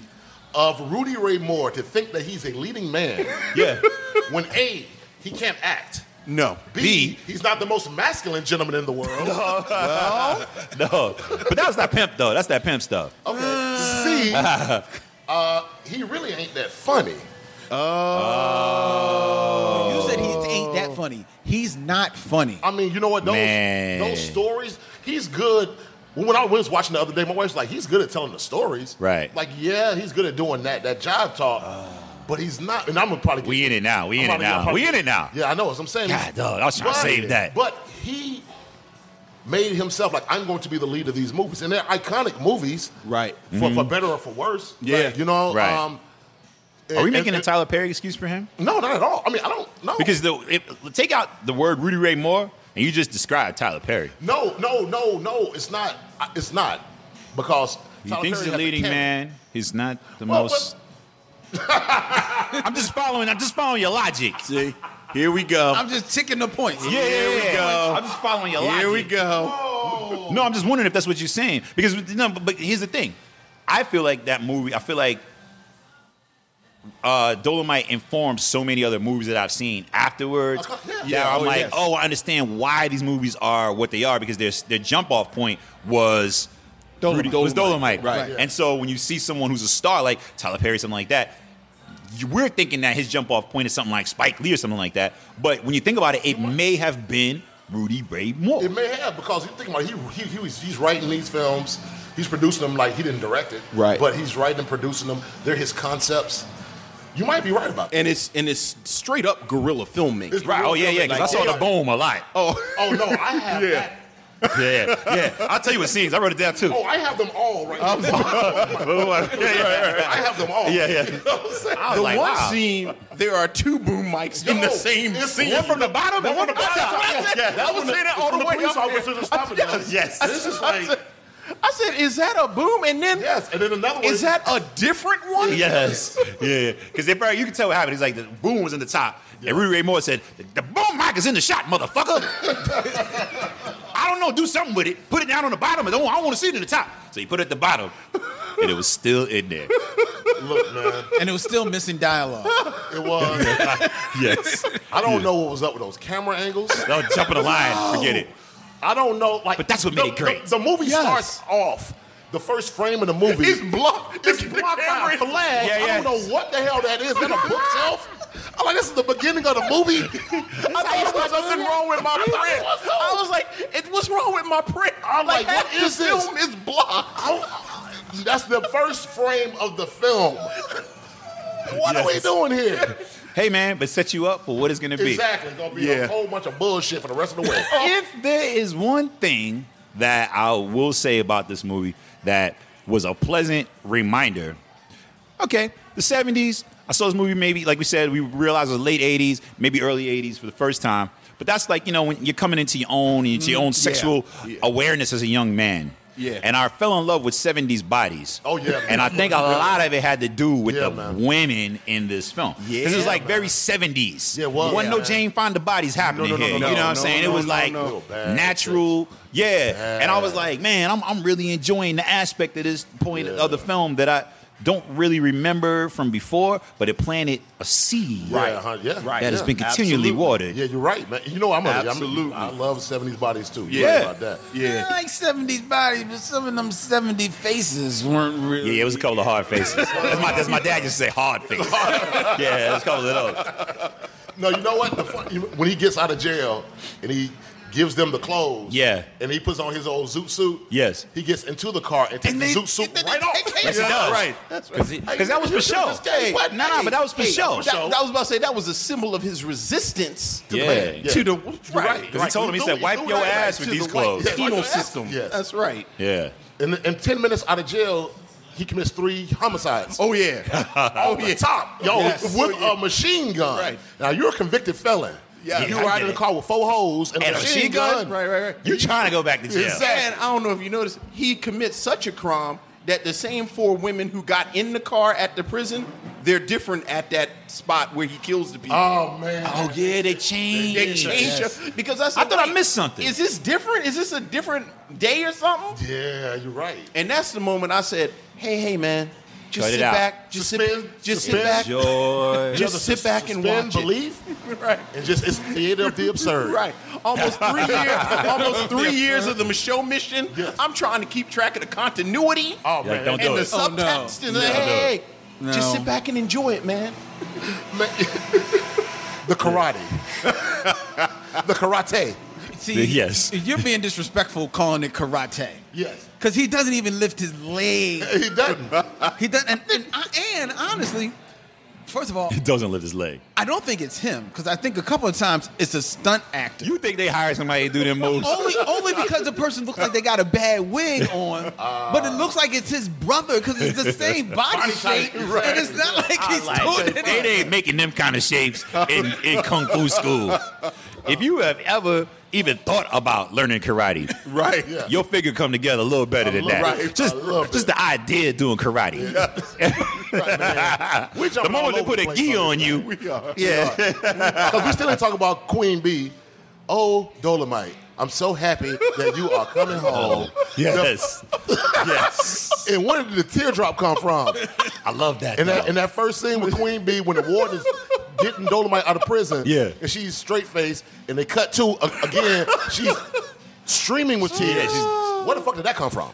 E: of Rudy Ray Moore to think that he's a leading man
D: <laughs> yeah,
E: when A, he can't act.
B: no.
E: B, he's not the most masculine gentleman in
D: <laughs>
E: the world.
D: no, but that was that pimp though. That's that pimp stuff.
E: Okay.
D: <laughs>
E: C, uh, he really ain't that funny.
C: You said he ain't that funny. He's not funny.
E: I mean, you know what? Those
D: Man.
E: those stories, he's good. When I was watching the other day, my wife's like, he's good at telling the stories.
D: Right. Uh.
E: Like, yeah, he's good at doing that, that job talk. but he's not, and I'm gonna probably get-
D: We in it now. We
E: I'm
D: in it
E: probably- I'm
D: now.
E: probably-
D: We in it now.
E: Yeah, I know what I'm saying.
D: God, dog, I was trying to
E: But-
D: save that.
E: But he made himself like I'm going to be the lead of these movies, and they're iconic movies,
C: Right.
E: For, for better or for worse.
B: Yeah.
E: Like, you know.
D: Mm-hmm. Right.
E: Um,
D: Are we
E: and-
D: making a
E: and-
D: Tyler Perry excuse for him?
E: No, not at all. I mean, I don't know
D: Because the if, take out the word Rudy Ray Moore, and you just described Tyler Perry.
E: No, no, no, no. It's not. I- It's not because
D: He
E: Tyler
D: thinks
E: Perry
D: he's a
E: has
D: leading
E: talent.
D: man. He's not the
E: Well, <laughs>
D: most. I'm just following. I'm just following your logic.
B: See, here we go.
C: I'm just ticking the points.
D: Yeah,
B: Here we go.
D: I'm just following your logic.
B: here we go.
D: No, I'm just wondering if that's what you're saying. Because no, but, but here's the thing. I feel like that movie. I feel like uh, Dolomite informed so many other movies that I've seen afterwards.
E: Okay, yeah.
D: that
E: Yeah,
D: I'm
E: oh,
D: like,
E: yes.
D: oh, I understand why these movies are what they are because their their jump off point was. Dolomite. was Dolomite,
B: Right.
D: And so when you see someone who's a star like Tyler Perry, something like that, you- we're thinking that his jump off point is something like Spike Lee or something like that. But when you think about it, it may have been Rudy Ray Moore.
E: It may have because you think about it, he, he, he was, he's writing these films, he's producing them like he didn't direct it,
B: Right.
E: But he's writing and producing them. They're his concepts. You might be right about that.
B: And it's and it's straight up guerrilla filmmaking.
E: It's
D: Right. Oh
E: real
D: yeah, yeah. Because
E: filmmaking.
D: I saw
E: Like,
D: the boom a lot. Oh
E: Oh no, I have that.
D: <laughs> yeah, yeah. I'll tell you what scenes. I wrote it down too.
E: Oh, I have them all right. now.
D: <laughs> yeah, yeah,
E: I have them all.
D: Yeah, yeah.
E: You know <laughs> what I'm saying?
D: I was
B: the
D: like,
B: one
D: wow.
B: scene, there are two boom mics in the
E: No,
B: same
E: it's
B: scene.
E: one from the
D: bottom and one from the top. Yeah, that
B: I was
D: was it.
B: saying that
E: It's
B: all
E: when
B: the
E: the
B: way
E: police
B: up
E: officers
B: there.
E: are stopping
B: I-
E: us.
D: Yes.
B: I
E: This
B: said-
E: is
B: I
E: like-
B: said- I said, is that a boom? And then
E: Yes, and then another one
B: is that a different one?
D: Yes, yeah. Because they probably you can tell what happened. He's like the boom was in the top, and Rudy Ray Moore said the, the boom mic is in the shot, motherfucker. <laughs> I don't know. Do something with it. Put it down on the bottom, and I don't want to see it in the top. So he put it at the bottom, and it was still in there.
E: Look, man,
C: And it was still missing dialogue.
E: it <laughs> was.
D: Yes.
E: I don't know what was up with those camera angles.
D: No, jumping the line. Forget it.
E: I don't know, like,
D: But that's what
E: the-
D: made it great.
E: The, the movie
C: Yes.
E: starts off. The first frame of the movie
B: It's blocked.
E: It's
B: The
E: blocked by
B: camera
E: a
B: is-
E: flag.
D: Yeah, yeah.
E: I don't know what the hell that is. Is that a bookshelf? I'm like, this is the beginning of the movie. <laughs> I thought there was nothing wrong with my print.
B: I was like, it, what's wrong with my print?
E: I'm like, what
B: half
E: is
B: the
E: this?
B: film is blocked.
E: I don't- That's the first frame of the film. What are we
D: Yes.
E: doing here?
D: Hey man, but set you up for what it's gonna be.
E: Exactly. It's gonna be
D: Yeah.
E: a whole bunch of bullshit for the rest of <laughs> the way.
D: <laughs> if there is one thing that I will say about this movie that was a pleasant reminder, okay, the 70s, I saw this movie maybe, like we said, we realized it was late 80s, maybe early 80s for the first time. But that's like, you know, when you're coming into your own, into
E: Mm,
D: your own sexual awareness as a young man.
B: Yeah.
D: And I fell in love with 70s bodies.
E: Oh, yeah, man.
D: And I think a lot of it had to do with
E: Yeah,
D: the
E: man.
D: women in this film. Yeah. This is like very 70s.
E: Yeah, it was,
D: Wasn't no
E: man.
D: Jane Fonda bodies happening
E: no, no,
D: here.
E: no,
D: you know what
E: no,
D: I'm
E: no,
D: saying?
E: no,
D: it was
E: no,
D: like
E: no. Bad
D: natural. Yeah. And I was
E: Bad.
D: like, man, I'm, I'm really enjoying the aspect of this point of the film that I don't really remember from before, but it planted a seed
E: Yeah, huh, yeah.
D: that
E: Right,
D: has
E: yeah.
D: been continually
B: Absolutely.
D: watered.
E: Yeah, you're right, man. You know, I'm a,
B: Absolutely.
E: I'm, I love '70s bodies too. You're
D: Yeah.
E: right about that.
C: I <laughs> like 70s bodies, but some of them 70 faces weren't really.
D: Yeah, yeah, it was a couple of hard
E: <laughs>
D: faces. That's my, that's my dad used to say hard faces. yeah, it was a couple of those.
E: No, you know what? The fun, you- when he gets out of jail and he gives them the clothes.
D: Yeah.
E: And he puts on his old zoot suit.
D: Yes.
E: He gets into the car and takes
D: And
E: the
D: they-
E: zoot suit
D: and then
E: right
D: they
E: off.
D: take it. Yes, it does. Right. That's right. 'Cause he- 'cause that was for
B: You should've
D: show.
B: just stayed.
D: Hey, what? No, no, but that was for show.
B: That, that was about to say that was a symbol of his resistance to
D: Yeah.
B: the
D: Yeah.
B: to the
D: right. 'Cause he told him, he
B: You
D: said,
B: do it,
D: "Wipe
B: do it
D: your
B: right back
D: ass with
B: to
D: these
B: the white
D: clothes."
B: penal
E: Yeah, wipe your ass.
B: system.
E: Yes.
B: That's right.
D: Yeah.
E: In, in 10 minutes out of jail, he commits three homicides.
B: Oh
D: <laughs>
B: yeah.
E: <laughs> Off the top, yo,
B: Yes.
E: with a machine gun.
B: Right.
E: Now, you're a convicted felon.
B: Yeah.
E: You
D: I
E: ride
D: get
E: in a
D: it.
E: car with four hoes and,
D: And a machine gun?
B: Right, right, right. <laughs>
D: You trying to go back to jail.
E: Exactly.
B: And I don't know if you noticed, he commits such a crime that the same four women who got in the car at the prison, they're different at that spot where he kills the people.
E: Oh, man.
D: Oh yeah, they changed.
B: they change it because I, said,
D: I thought I
B: "Wait,
D: missed something."
B: Is this different? Is this a different day or something?
E: Yeah, you're right.
B: And that's the moment I said, "Hey, hey, man, just
D: Cut it
B: sit
D: out.
B: back, just
E: Suspend-
B: sit, just sit
E: suspend
B: back,
D: Joy.
B: just sit back and
E: Suspend
B: watch
E: belief
B: it." <laughs> Right.
E: and just it's theater of the absurd.
B: Right, almost three years,
D: <laughs>
B: almost three years of the show mission. I'm trying to keep track of the continuity
E: Oh
D: Like,
E: man,
D: don't
B: and
D: do
B: the
D: it.
C: Oh, no.
B: subtext, and the,
D: No.
B: hey,
C: No.
B: just sit back and enjoy it, man.
E: the karate, <laughs> the karate.
C: See,
D: Yes.
C: you're being disrespectful calling it karate.
E: Yes,
C: Because he doesn't even lift his leg.
E: he doesn't.
C: He doesn't. And, and, and honestly, first of all,
D: He doesn't lift his leg.
C: I don't think it's him because I think a couple of times it's a stunt actor.
D: You think they hire somebody to do
E: <laughs>
D: them moves?
E: Oh,
C: only, only because the person looks like they got a bad wig on, but it looks like it's his brother because it's the same body,
E: Body
C: shape,
E: type, right.
C: and it's not like
D: I
C: he's
D: like
C: doing
D: that.
C: it.
D: They ain't making them kind of shapes in, in kung fu school. If you have ever even thought about learning karate,
E: right. Yeah.
D: your figure come together a little better than
E: little-
D: that.
E: right,
D: Just,
E: a little
D: just the idea of doing karate. <laughs>
E: We
D: The
E: jumping all
D: moment they
E: over
D: put
E: the
D: a
E: place
D: gi
E: this
D: on
E: thing.
D: you,
E: We are.
D: yeah.
E: <laughs> Because we still ain't talking about Queen Bee. Oh, Dolomite, I'm so happy that you
D: <laughs>
E: are coming home. <laughs>
D: yes, Oh, yes,
E: And where did the teardrop come from?
D: I love that.
E: And that,
D: though.
E: and that first scene with Queen Bee when the warden is getting Dolomite out of prison.
D: Yeah.
E: And she's straight faced and they cut to a- again. She's streaming with tears.
D: she's-
E: Where the fuck did that come from?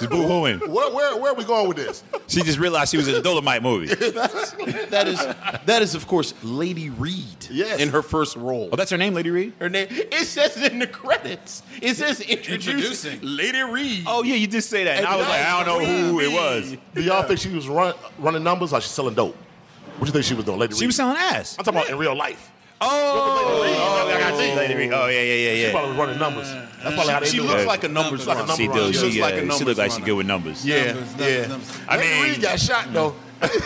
D: She's boo-hooing.
E: Where, where, where are we going with this?
D: She just realized she was in a Dolomite movie.
B: That is, that is of course Lady Reed
E: Yes.
B: in her first role.
D: Oh, that's her name, Lady Reed.
B: Her name. It says in the credits. It says introducing,
C: Introducing.
B: Lady Reed.
D: Oh yeah, you did say that. And I was like, I don't know who it was.
E: Do y'all think she was run, running numbers or she's selling dope? What you think she was doing, Lady
D: She
E: Reed?
D: was selling ass.
E: I'm talking about in real life.
D: Oh, I got you. Lady Reed. Oh yeah, yeah,
E: She
D: yeah, yeah.
E: probably was running numbers. That's probably how they
B: she
E: do
B: looks
E: it.
B: like a numbers.
E: Like a
B: runner.
D: She
E: Number
D: does.
E: one.
D: She,
B: looks like a
D: uh, she
B: numbers
D: looks like she's
B: runner.
D: good with numbers.
B: Yeah, yeah.
D: I
E: Lady
D: mean, mm.
E: Reed got shot though.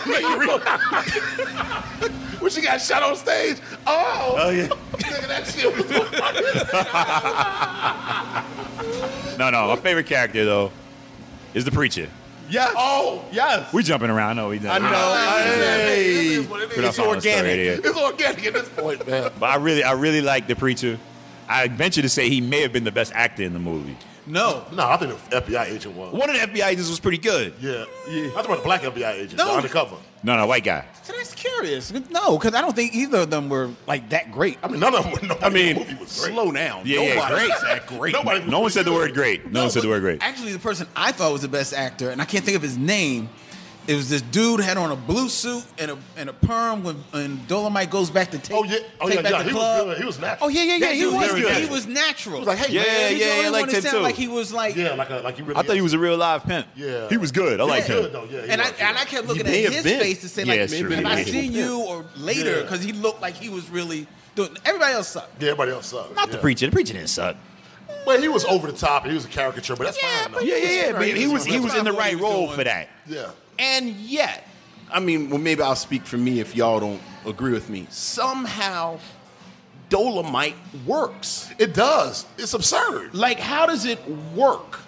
E: Lady Reed- <laughs> when she got shot on stage, oh,
B: Uh,
D: Oh, yeah.
E: nigga, that shit was so funny.
D: no, no. My favorite character though is the preacher.
B: <laughs> Yes.
E: Oh,
B: yes.
D: We jumping around. No, we done.
B: I know. Hey.
E: It is what it
D: We're not
E: is.
D: following the story, idiot.
E: It's organic at this point, man.
D: But I really, I really like the preacher. I venture to say he may have been the best actor in the movie.
C: No,
E: No, I think the FBI agent was.
D: One of the FBI agents was pretty good.
E: Yeah, yeah. I talking about the black FBI agent,
C: No.
E: the undercover.
D: No, no, white guy.
C: so that's curious. No, because I don't think either of them were like that great.
E: I mean, none of them. were- Nobody
D: I mean,
E: in the movie was great.
B: Slow down.
D: Yeah, yeah,
B: Nobody
D: great.
B: is that great.
E: Nobody-
D: No one said the word great. No, one said the word great.
C: Actually, the person I thought was the best actor, and I can't think of his name. It was this dude had on a blue suit and a and a perm when, when Dolomite goes back to take.
E: Oh, yeah. Oh,
C: take
E: yeah,
C: back
E: yeah.
C: the
E: He was
C: club.
E: good. He was natural.
C: Oh yeah, yeah, yeah.
E: That
C: He
E: dude was
C: was
E: very
C: he
E: natural.
C: was natural.
E: He was like, hey,
D: Yeah,
E: man.
C: He's the
D: yeah,
C: only
D: yeah,
C: one
D: like
C: that
D: Tim
C: sounded
D: too.
C: Like he was like
E: Yeah, like a, like you really.
D: I thought he was a real live pimp.
E: Yeah.
D: he was good. I liked
E: He was good
D: him.
E: though. oh, Yeah, he
C: and I,
E: was,
C: and I kept looking at
B: may have
C: his
B: been.
C: face to say,
D: Yeah,
C: like,
D: it's true.
C: have
D: He
C: I
D: may have
C: seen
E: been.
C: you or later?
E: Yeah.
C: Because he looked like he was really doing. Everybody else sucked.
E: yeah, everybody else sucked.
D: Not the
E: yeah.
D: preacher. The preacher didn't suck.
E: Well, he was over the top. He was a caricature, but that's fine. though.
D: yeah, yeah, yeah. But he was he was in the right role for that.
E: Yeah.
B: And yet, I mean, well, maybe I'll speak for me if y'all don't agree with me. Somehow, Dolomite works.
E: It does. It's absurd.
B: Like, how does it work?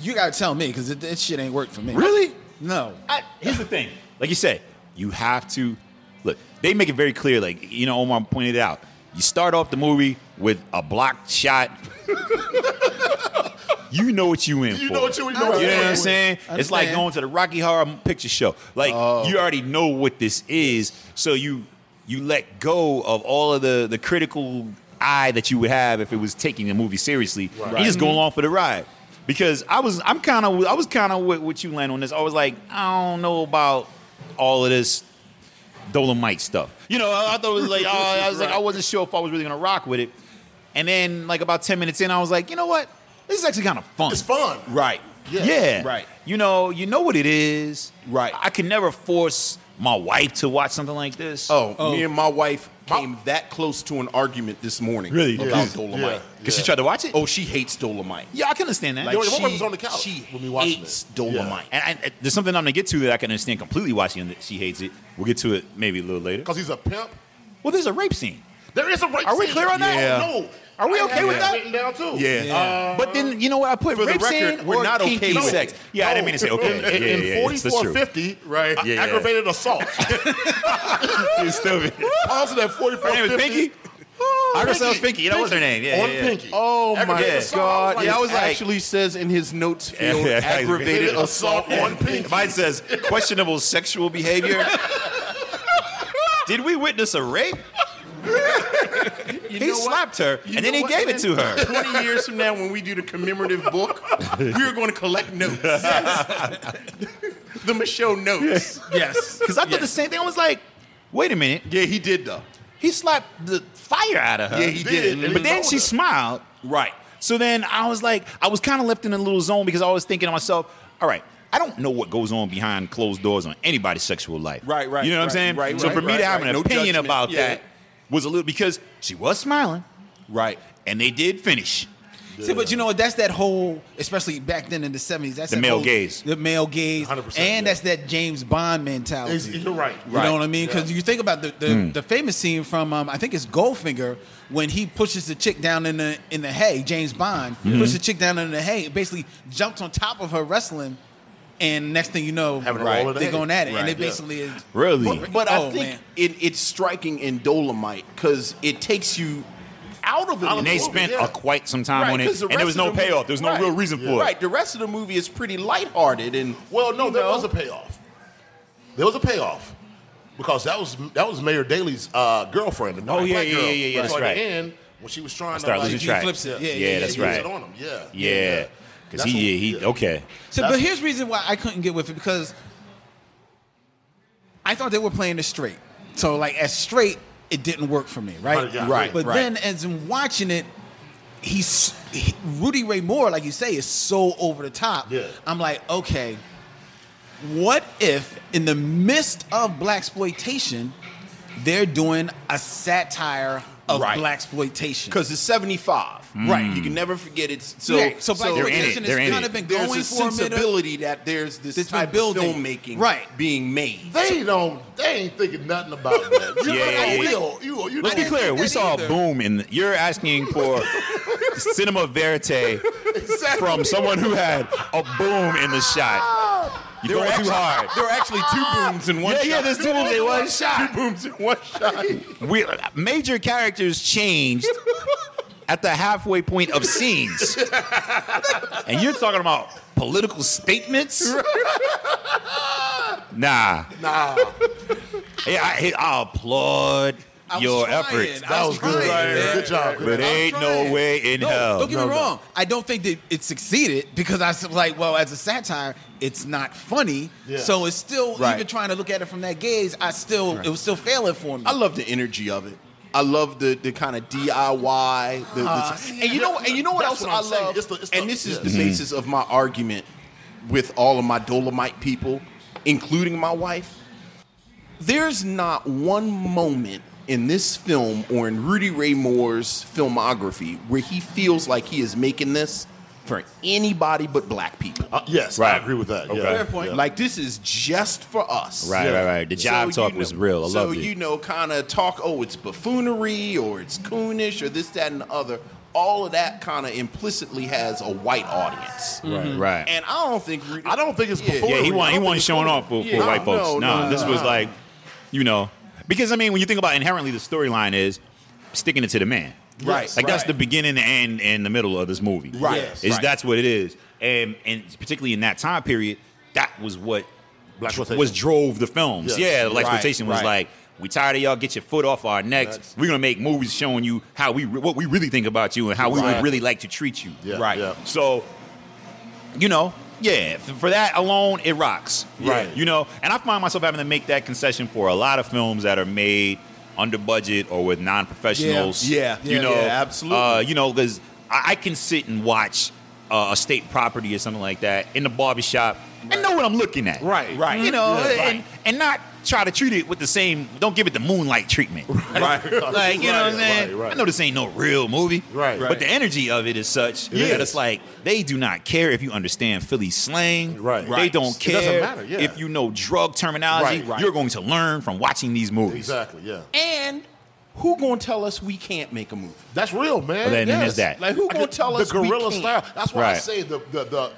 C: You gotta tell me because that shit ain't worked for me.
B: Really?
C: No.
D: Here's the thing. Like you said, you have to look. They make it very clear. Like you know, Omar pointed it out. You start off the movie with a blocked shot. <laughs> you know what you in
E: You
D: for.
E: know what you- you know
D: You
E: what
D: know
E: you're
D: what
E: in
D: I'm
E: for.
D: saying? It's like
C: Understand.
D: going to the Rocky Horror Picture Show. Like you already know what this is, so you you let go of all of the the critical eye that you would have if it was taking the movie seriously. You just go along for the ride. Because I was I'm kind of I was kind of with, with you land on this. I was like I don't know about all of this Dolomite stuff. You know, I, I thought it was like oh, I was like I wasn't sure if I was really gonna rock with it. And then, like about ten minutes in, I was like, you know what? This is actually kind of fun.
E: It's fun.
D: right?
E: Yeah.
D: yeah,
B: Right.
D: You know, you know what it is,
B: Right.
D: I can never force my wife to watch something like this.
B: Oh, me and my wife came that close to an argument this morning.
D: Really?
B: About
E: Yeah.
B: Dolomite.
E: Yeah.
D: because she tried to watch it.
B: Oh, she hates Dolomite.
D: yeah, I can understand that.
E: Yo,
B: she,
E: my wife was on the couch
B: she
E: when we watched
B: hates
E: it.
B: Dolomite.
D: and I, and there's something I'm gonna get to that I can understand completely why she, she hates it. We'll get to it maybe a little later.
E: Because he's a pimp.
D: Well, there's a rape scene.
E: There is a rape
D: Are we
E: scene.
D: clear on that?
E: Yeah.
D: Yeah.
E: No.
D: Are we
E: I
D: okay
E: had
D: with
E: that
D: that?
E: written down too.
D: Yeah.
C: Yeah.
D: but then you know what? I put
B: For the
D: rape
B: record,
D: scene
B: we're
D: or
B: not okay
D: kinky
B: with that.
D: sex. Yeah, I didn't mean to say okay.
E: In,
D: yeah, yeah,
E: in
D: yeah, it's- that's true.
E: 4450, right?
D: Yeah.
E: Aggravated <laughs> assault.
D: You stupid.
E: Also that
D: <laughs>
E: 4450.
D: Her name
B: <laughs>
D: is Pinky. I
E: Pinky.
D: Pinky. Pinky. That was her name. Yeah,
E: on
D: yeah, yeah.
E: Pinky.
B: Oh my
E: Aggravated assault.
B: God!
E: I was
B: yeah,
E: like,
B: I was
D: like-
B: actually says in his notes field
D: <laughs> Yeah, yeah, yeah.
B: aggravated
E: Aggravated
B: assault
E: assault
B: on
E: on Pinky.
B: pink.
D: If Mine says questionable sexual behavior.
B: <laughs>
D: Did we witness a rape? he
B: know what?
D: slapped her, and then he gave it to
B: <laughs>
D: her.
B: Twenty years from now, when we do the commemorative book, we are going to collect notes. <laughs> the Michelle notes.
C: Yes.
D: Because I thought the same thing. I was like, wait a minute.
B: Yeah, he did though.
D: He slapped the fire out of her.
B: Yeah, he did.
D: But then she
E: smiled.
D: smiled. Right. So then I was like, I was kind of left in a little zone because I was thinking to myself, all right, I don't know what goes on behind closed doors on anybody's sexual life.
B: Right, right,
D: You know what I'm
B: right,
D: saying?
B: right,
D: so
B: right,
D: for me
B: right,
D: to have
B: right.
D: an
B: No
D: opinion
B: judgment.
D: about
B: Yeah.
D: that was a little because she was smiling
B: Right.
D: and they did finish.
C: See, but you know what? That's that whole, especially back then in the seventies. That's
D: The
C: that
D: male
C: whole-
D: gaze.
C: The male gaze,
E: 100%,
C: and
E: yeah.
C: that's that James Bond mentality.
E: It's- you're right.
C: You know what I mean? Because you think about the the,
D: Hmm.
C: the famous scene from um, I think it's Goldfinger when he pushes the chick down in the in the hay. James Bond
D: Hmm.
C: pushes the chick down in the hay. Basically jumps on top of her wrestling, and next thing you know,
E: Having a
C: right,
E: roll of the
C: they're
E: hay.
C: going at it, and
E: Right,
C: it
E: yeah.
C: basically is
D: Really?
B: But, but
C: Oh,
B: I think
C: man.
B: it, it's striking in Dolomite because it takes you out of it.
D: and they spent
E: yeah.
D: a quite some time on
B: 'cause
D: it,
B: the
D: and there
B: rest
D: was
B: of
D: no
B: the movie-
D: payoff. There was no
B: right.
D: real reason for it.
B: Right. The rest of the movie is pretty lighthearted and
E: Well, no,
B: you
E: there
B: know.
E: was a payoff. There was a payoff because that was that was Mayor Daley's uh, girlfriend. The
D: Oh,
E: black
D: yeah,
E: girl.
D: yeah, yeah, yeah, that's
E: So at
D: right.
E: the end, when she was trying
D: started
E: to like,
D: losing
C: he
D: track.
C: flips it. Yeah,
D: Yeah,
C: yeah,
D: that's
E: he was
D: right.
E: on him. Yeah,
D: Yeah, because
E: That's
D: he,
E: what-
D: he,
E: yeah.
D: okay.
C: So, but here's the reason why I couldn't get with it because I thought they were playing it straight. So, like as straight, it didn't work for me, right?
E: Right, yeah. Right,
C: But
B: right.
C: then, as I'm watching it, he's he- Rudy Ray Moore, like you say, is so over the top.
E: Yeah.
C: I'm like, okay, what if in the midst of black exploitation, they're doing a satire of
B: Right.
C: black exploitation?
B: because it's 75
C: Right.
B: you can never forget it so
C: so black
D: Hmm. they're in it,
C: exploitation
D: they're in
C: has kind
D: it.
C: of been
B: there's
C: going
B: a
C: for a minute.
B: sensibility that there's this
C: That's been
B: type
C: building.
B: of filmmaking
C: Right.
B: being made
E: They don't. They ain't thinking nothing about that.
D: Yeah,
E: You know,
D: yeah,
E: like,
D: yeah.
E: Will, You, you
D: Let's
E: know-
D: be clear. We
C: that
D: saw
C: either.
D: a boom in. The, you're
B: <laughs>
D: asking for cinema verite from someone who had a boom in the shot. You're going too hard.
B: there are actually two booms in one
D: yeah,
B: shot
D: yeah. There's two booms in one
B: <laughs> two
D: shot.
B: booms in one shot
D: We major characters changed at the halfway point of
C: <laughs>
D: scenes, and you're talking about political
C: <laughs>
D: statements. Nah, nah. Yeah, I, I applaud
C: I was
D: your
C: trying.
D: efforts.
C: I
E: That
C: was
E: was good.
C: trying, man.
E: Good job.
D: But
E: Good job.
D: ain't
C: trying.
D: no way in
C: No,
D: hell.
C: don't get me wrong. I don't think that it succeeded because I was like, well, as a satire, it's not funny.
E: Yeah.
C: So it's still
B: Right.
C: even trying to look at it from that gaze. I still it was still failing for me.
B: I love the energy of it. I love the the kind of DIY. The, the- Uh, and you know, and you know what else
E: That's what
B: I
E: I'm saying.
B: love.
E: It's the- it's the-
B: and this is
E: yeah. Mm-hmm.
B: the basis of my argument with all of my Dolomite people, including my wife. There's not one moment in this film or in Rudy Ray Moore's filmography where he feels like he is making this for anybody but black people.
E: Uh, yes,
D: Right.
E: I agree with that.
D: Okay.
E: Yeah.
D: Fair
C: point.
E: Yeah.
B: Like this is just for us.
D: Right, right, right. The job
B: So
D: talk
B: you
D: was
B: know-
D: real. I
B: so
D: loved it.
B: you know, kind of talk. Oh, it's buffoonery, or it's coonish, or this, that, and the other. All of that kind of implicitly has a white audience,
D: Right, right.
B: and I don't think Rudy,
E: I don't think it's
B: Yeah.
E: before.
D: yeah, he
E: I
D: wasn't, he wasn't
E: don't think
D: showing off for, for
B: Yeah.
D: white
B: No, no,
D: folks. nah,
B: no,
D: this
B: no.
D: was like, you know, because I mean, when you think about inherently the storyline is sticking it to the man.
B: Right,
D: Like that's
B: right.
D: the beginning, the end, and the middle of this movie.
B: Right, Yes.
D: Is
B: right.
D: that's what it is, and and particularly in that time period, that was what
E: Black exploitation.
D: was drove the films.
E: Yes.
D: Yeah, the exploitation was
B: right.
D: like. We tired of y'all. Get your foot off our necks.
E: Necks.
D: We're gonna make movies showing you how we re- what we really think about you and how we would
E: Right.
D: really like to treat you.
E: Yeah,
D: right.
E: yeah.
D: So you know, yeah, f- for that alone, it rocks.
E: Right.
D: You know, and I find myself having to make that concession for a lot of films that are made under budget or with non professionals.
B: Yeah, yeah,
D: you know,
B: yeah, absolutely.
D: Uh, you know, because I, I can sit and watch uh, a state property or something like that in the barbershop and know what I'm looking at.
B: Right, right.
D: You know,
B: Yeah,
D: and, and not try to treat it with the same, don't give it the moonlight treatment.
E: <laughs>
B: Right.
D: Like, you know what I'm
E: Right,
D: saying?
E: right, right.
D: I know this ain't no real movie.
E: Right.
D: But the energy of it is such that it's like they do not care if you understand Philly slang.
E: Right.
D: They
E: Right.
D: don't
E: It
D: care
E: doesn't matter, yeah.
D: if you know drug terminology.
E: Right, right.
D: You're going to learn from watching these movies.
E: <laughs> Exactly. Yeah.
B: And who gonna tell us we can't make a movie?
E: That's real, man.
D: But then
E: yes.
D: there's that.
B: Like who
E: I
B: gonna
E: get-
B: tell us
E: the gorilla
B: we can't?
E: style? That's why I
D: Right.
E: say the the. the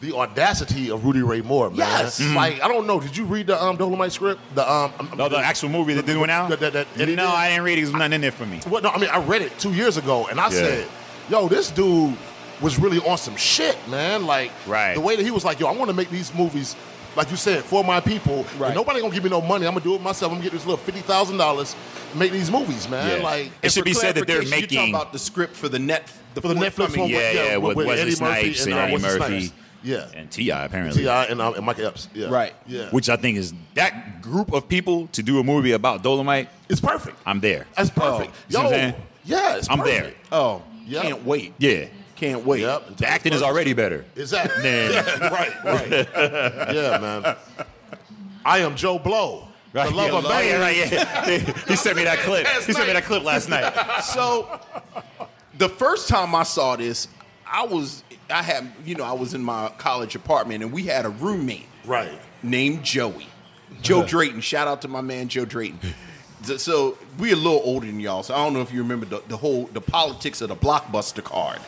E: the audacity of Rudy Ray Moore, man.
B: Yes.
E: Like I don't know. Did you read the um, Dolomite script? The um, um,
D: No, the actual movie they're doing now?
E: That- that- that- that he
D: no,
E: did?
D: I didn't read it because nothing in there for me.
E: Well, no, I mean, I read it two years ago, and I
D: Yeah.
E: said, "Yo, this dude was really on some shit, man." Like,
D: Right.
E: the way that he was like, "Yo, I want to make these movies." Like you said, for my people, And
B: Right.
E: nobody gonna give me no money. I'm gonna do it myself. I'm gonna get this little fifty thousand dollars, make these movies, man.
D: Yeah.
E: Like
D: It should
B: For
D: be said that they're
B: clarification, You're
D: making-
B: talking about the script for the net, the
E: for the Netflix
B: forthcoming-
E: one,
D: yeah,
E: with,
D: yeah, with Wesley
E: Eddie Murphy
D: Snipes and
E: uh,
D: Eddie
E: Wesley
D: Murphy.
E: Snipes. yeah,
D: And T.I. apparently.
E: Ti and, um, and Mike Epps, yeah,
B: Right.
E: yeah,
D: Which I think is that group of people to do a movie about Dolomite,
E: is perfect.
D: I'm there.
E: That's perfect.
D: Oh. You see what I'm
E: Yo,
D: saying?
E: yeah, it's
D: I'm there.
E: perfect.
B: Oh,
E: Yep.
B: can't wait.
D: Yeah.
B: Can't wait.
E: Yep.
D: The acting is already better.
E: Exactly.
D: Man.
E: Yeah, <laughs> right, right. yeah, man. I am Joe Blow. The love
D: yeah,
E: of
D: oh,
E: man.
D: yeah, right, yeah. he
E: <laughs>
D: sent me that clip. He sent me that clip last night.
B: So, the first time I saw this, I was I had you know I was in my college apartment and we had a roommate
E: Right.
B: named Joey, Joe Drayton. Shout out to my man Joe Drayton. So- So we're a little older than y'all, so I don't know if you remember the, the whole the politics of the blockbuster card.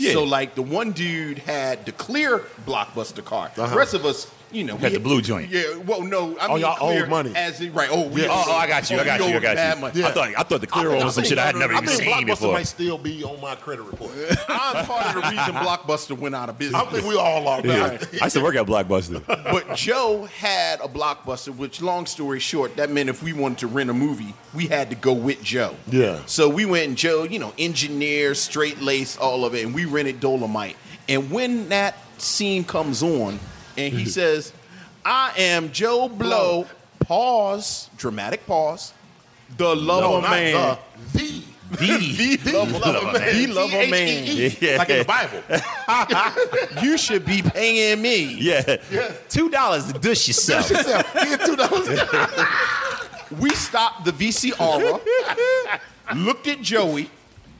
D: Yeah.
B: So like the one dude had the clear blockbuster card. The
E: Uh-huh.
B: rest of us, you know,
D: Had the blue joint.
B: Yeah. Well, no. I
E: Oh,
B: mean,
E: y'all owed
B: clear
E: money.
B: As in, right. Oh, we
D: Oh, oh, I got you. I got
B: we
D: you. I
B: owed
D: got
B: bad
D: you.
B: money.
E: Yeah.
D: I thought I thought the clear roll was some
E: think-
D: shit I had never
E: I
D: even
E: think
D: seen
E: Blockbuster
D: before.
E: might still be on my credit report.
B: <laughs> I'm part of the reason Blockbuster went
D: <laughs>
B: out of
E: I
B: business.
E: think we all are, man.
D: Yeah. I used to work at
E: <laughs>
D: Blockbuster.
B: But Joe had a Blockbuster, which, long story short, that meant if we wanted to rent a movie, we had to go with Joe.
E: Yeah.
B: So we went and Joe, you know, engineer, straight lace, all of it, and we rented Dolomite. And when that scene comes on, and he says, "I am Joe Blow," pause, dramatic pause. The love
E: No,
B: of
E: not
B: man.
E: the. The.
D: The,
B: love of man. The love of man.
E: T-H-E-E, E Like in the Bible.
B: You should be paying me.
D: yeah, two dollars to dish yourself.
E: Get two dollars.
B: We stopped the VCR, looked at Joey,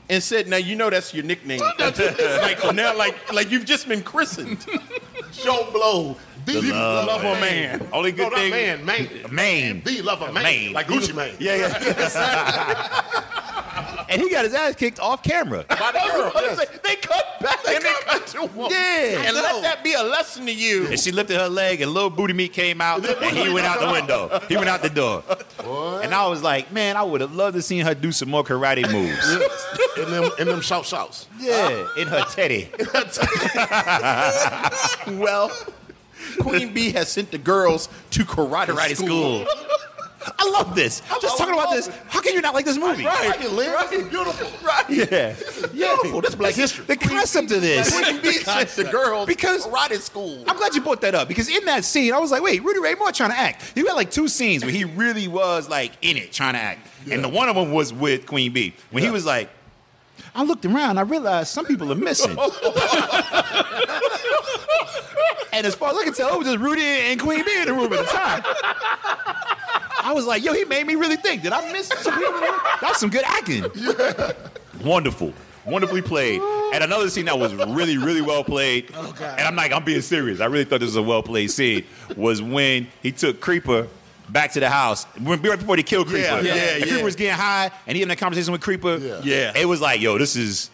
B: and said, "Now you know that's your nickname. like now, like like you've just been christened."
E: Joe Blow. The,
D: love
E: love
D: of
E: of man.
D: Only good
E: no,
D: thing-
E: Not man, man.
D: Maine.
E: The love of man.
D: Maine.
E: Like Gucci Mane.
D: Yeah,
E: <laughs>
D: yeah. and he got his ass kicked off camera. <laughs>
E: By the girl, yes.
B: they cut back and they cut to one.
D: Yeah.
B: and let that be a lesson to you.
D: And she lifted her leg, and little booty meat came out, and he went out the window. He went out the door. And I was like, man, I would have loved to seen her do some more karate moves.
E: And them, and them shout shouts.
D: Yeah, in her teddy.
B: Well, Queen Bee has sent the girls to karate,
D: Karate
B: school.
D: school. I love this. Just talking about this. How can you not like this movie?
E: Right. Right. This is beautiful.
D: Yeah.
E: Beautiful. This is Black History.
D: The concept of this.
B: Queen Bee sent the girls
D: Because-
B: to karate school.
D: I'm glad you brought that up because in that scene, I was like, wait, Rudy Ray Moore trying to act. He had like two scenes where he really was like in it trying to act. And the one of them was with Queen B. When he was like, I looked around, I realized some people are missing. and as far as I can tell, it was just Rudy and Queen B in the room at the time. I was like, yo, he made me really think. Did I miss some people? in here? That's some good acting. Wonderful. Wonderfully played. And another scene that was really, really well played. Oh, God. And I'm like, I'm being serious. I really thought this was a well played scene. Was when he took Creeper back to the house when, right before they killed Creeper.
B: Yeah, yeah,
D: And
B: yeah.
D: Creeper was getting high, and he having that conversation with Creeper.
E: Yeah.
B: Yeah.
D: It was like, yo, this is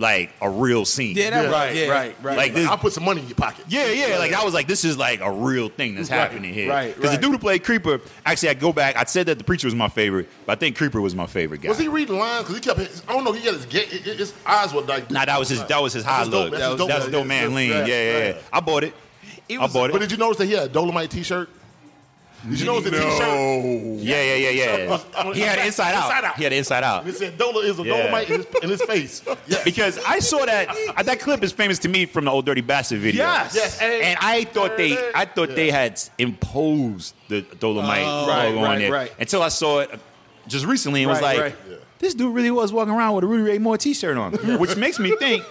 D: like a real scene.
C: Yeah, that
B: Right,
C: yeah.
B: right, right.
D: Like this,
E: I'll put some money in your pocket.
D: yeah, yeah. Like I was like, this is like a real thing that's happening here.
B: right,
D: Because
B: right.
D: the dude who played Creeper, actually, I go back. I said that the preacher was my favorite, but I think Creeper was my favorite guy.
E: Was he reading lines? Because he kept. His, I don't know. He got his. ga- His, his eyes were like.
D: Nah, that was his. That was his high
E: his dope-
D: look.
E: that's
D: That was
E: his dope
D: that's
E: man.
D: dope man
E: Yeah,
D: lean. Yeah,
E: yeah,
D: yeah,
E: yeah.
D: yeah. I bought it. I
B: was-
D: bought
E: But
D: it.
E: did you notice that he had a Dolomite T-shirt? Did you notice the T-shirt?
D: Yeah, yeah, yeah, yeah.
E: was-
D: He had it inside
E: Inside
D: out.
E: Out.
D: He had it inside out.
E: And it said Dola is a
D: Yeah.
E: Dolomite in his, in
D: <laughs>
E: his face. Yeah.
D: Because I saw that uh, that clip is famous to me from the old Dirty Bastard video.
B: Yes. Yes.
D: and I thought they I thought they had imposed the Dolomite logo
B: Oh, right,
D: on
B: right,
D: there
B: right.
D: until I saw it uh, just recently and was
C: Right,
D: like,
C: right.
E: Yeah.
D: this dude really was walking around with a Rudy Ray Moore T-shirt on, which makes me
B: <laughs>
D: think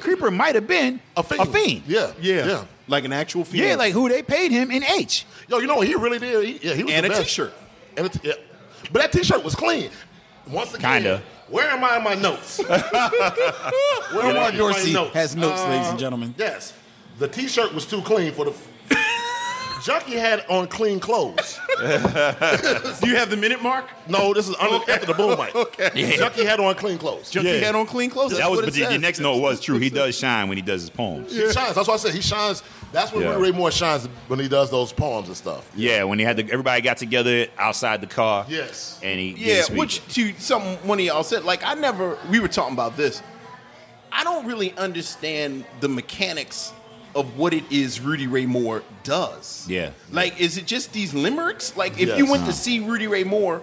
D: Creeper might have been a fiend.
E: Yeah, yeah, yeah.
B: Like an actual fiend.
D: Yeah, like who they paid him in H.
E: Yo, you know what he really did? He, yeah, he was
B: And
E: the
B: a
E: best.
B: t-shirt.
E: And a t- yeah. but that T-shirt was clean. Once again,
D: Kinda.
E: Where am I in my notes? Where am I
C: Omar
E: in my
C: Dorsey
E: notes? Uh,
C: has notes, ladies and gentlemen.
E: Yes, the T-shirt was too clean for the. Junkie had on clean clothes.
B: do you have the minute mark?
E: No, this is under, after the boom mic.
B: Okay.
E: Yeah. Junkie had on clean clothes.
B: Junkie
D: Yeah.
B: had on clean clothes. That's
D: that was,
B: what
D: but
B: it
D: the, the
B: says.
D: next note was true. He does shine when he does his poems.
E: He shines. That's why I said he shines. That's when
D: Yeah.
E: Ray Moore shines when he does those poems and stuff.
D: Yeah, when they had the, everybody got together outside the car.
E: Yes.
D: and he did a
B: Yeah,
D: speech.
B: which to something one of y'all said, like I never we were talking about this. I don't really understand the mechanics of what it is Rudy Ray Moore does.
D: Yeah. Uh-huh.
B: Like, is it just these limericks? Like if
E: Yes.
B: you went to see Rudy Ray Moore,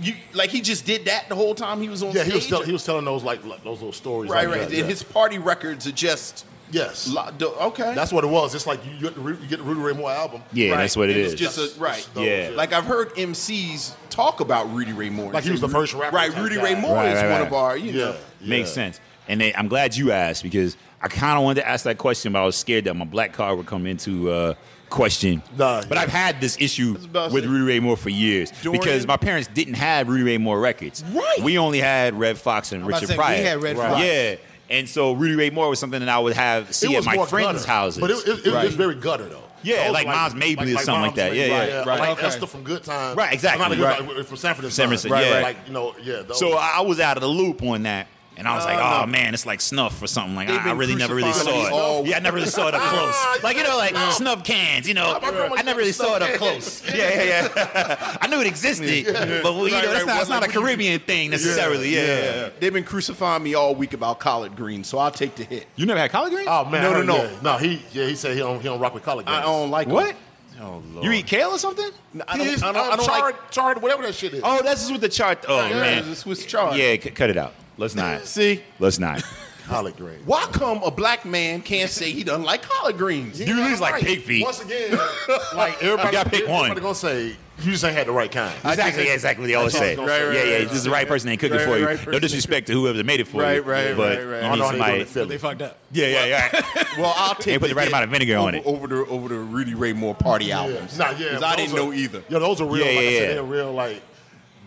B: you like he just did that the whole time he was on
E: Yeah,
B: stage?
E: he was telling he was telling those like li- those little stories.
B: right,
E: like
B: right.
E: that,
B: And
E: yeah.
B: his party records are just
E: yes,
B: lo- do- okay.
E: that's what it was. It's like you, you get the Ru- you get the Rudy Ray Moore album.
D: yeah,
B: right.
D: that's what it
B: And it's
D: is.
B: just a- right.
E: Those,
D: Yeah.
B: Like I've heard MCs talk about Rudy Ray Moore.
E: Like he was the first rapper
B: Right,
E: type
B: Rudy
E: guy.
B: Ray Moore
D: Right,
B: is
D: right,
B: one
D: right.
B: of our, you
E: yeah,
B: know.
D: Makes
E: yeah.
D: sense. And then I'm glad you asked because I kind of wanted to ask that question, but I was scared that my black card would come into uh, question.
E: Nah,
D: but I've had this issue
B: about to
D: with
B: say.
D: Rudy Ray Moore for years
B: Dorian-
D: because my parents didn't have Rudy Ray Moore records.
B: Right.
D: We only had Red Fox and
C: I'm about to
D: Richard
C: say, we
D: Pryor.
C: had Red Right. Fox.
D: Yeah. And so Rudy Ray Moore was something that I would have see at my
E: more
D: friends'
E: gutter,
D: houses.
E: but it, it, it was just very gutter though.
D: Yeah,
E: Those
D: like Miles Mabley or something like
E: Miles
D: that. Yeah,
E: Mabley,
D: yeah, right.
E: Like
C: Okay.
E: Esther from Good Time.
D: Right, exactly,
E: Not a good
D: right.
E: Time, from Sanford and
D: San Francisco,
E: Son.
D: yeah.
E: Like you know, yeah. Those,
D: So uh, I I was out of the loop on that. And I was like,
B: No,
D: oh
B: no.
D: man, it's like snuff or something. Like,
B: They've
D: I I
B: been
D: really never really
B: crucifying
D: saw
B: these
D: it.
B: all-
D: Yeah, I never really
B: <laughs>
D: saw it up close. Like, you know, like snuff cans, you know.
E: my grandma
D: I never really
E: used to
D: saw it
E: snuff
D: up close. Yeah, yeah, yeah. <laughs> I knew it existed, but well, you know,
B: Right,
D: that's
B: right.
D: not, it's
B: Wasn't
D: not a
B: like what you-
D: Caribbean thing necessarily. Yeah, yeah. yeah.
B: They've been crucifying me all week about collard greens, so I'll take the hit.
D: You never had collard greens?
E: oh man,
B: No,
E: I
B: no,
E: heard-
B: no.
E: yeah, no. He yeah, he said he don't he don't rock with collard greens.
B: I don't like 'em.
D: What?
B: Oh lord.
D: You eat kale or something?
B: No, I
E: He
B: don't,
E: is,
B: I don't, I
E: um,
B: don't
E: charred,
B: like.
E: charred, whatever that shit is.
D: Oh, that's just with the chart. Oh,
B: Yeah,
D: man.
B: it's a Swiss chard.
D: Yeah, c- cut it out. Let's not.
B: See, <laughs>
D: Let's not.
E: collard greens.
B: why come a black man can't say he doesn't like collard greens?
D: You lose like pig feet.
E: Once again,
D: <laughs>
E: like everybody,
D: gotta pick one.
E: Everybody gonna say you just ain't had the right kind.
D: Exactly, yeah, exactly what they always
E: That's what I
D: say.
E: was gonna
D: yeah,
E: say.
D: yeah,
E: Right,
D: just the right person ain't cooking
B: Right,
D: for you.
B: right
D: no
B: person.
D: disrespect to whohoever that made it for
B: Right,
D: you.
B: right,
D: but
B: right, right.
D: you
E: I
D: need
E: know how they do
D: somebody-
E: it in Philly.
C: They fucked up.
D: Yeah, yeah, yeah.
B: Well, I'll take.
D: put the right
B: hit
D: amount of vinegar on
B: over,
D: it.
B: over the over the Rudy Ray Moore party albums.
E: Nah, yeah.
B: 'Cause I didn't
E: those are-
B: know either.
E: Yo, those are
D: Yeah,
E: real. like
D: yeah,
E: I
D: yeah.
E: said, they're real like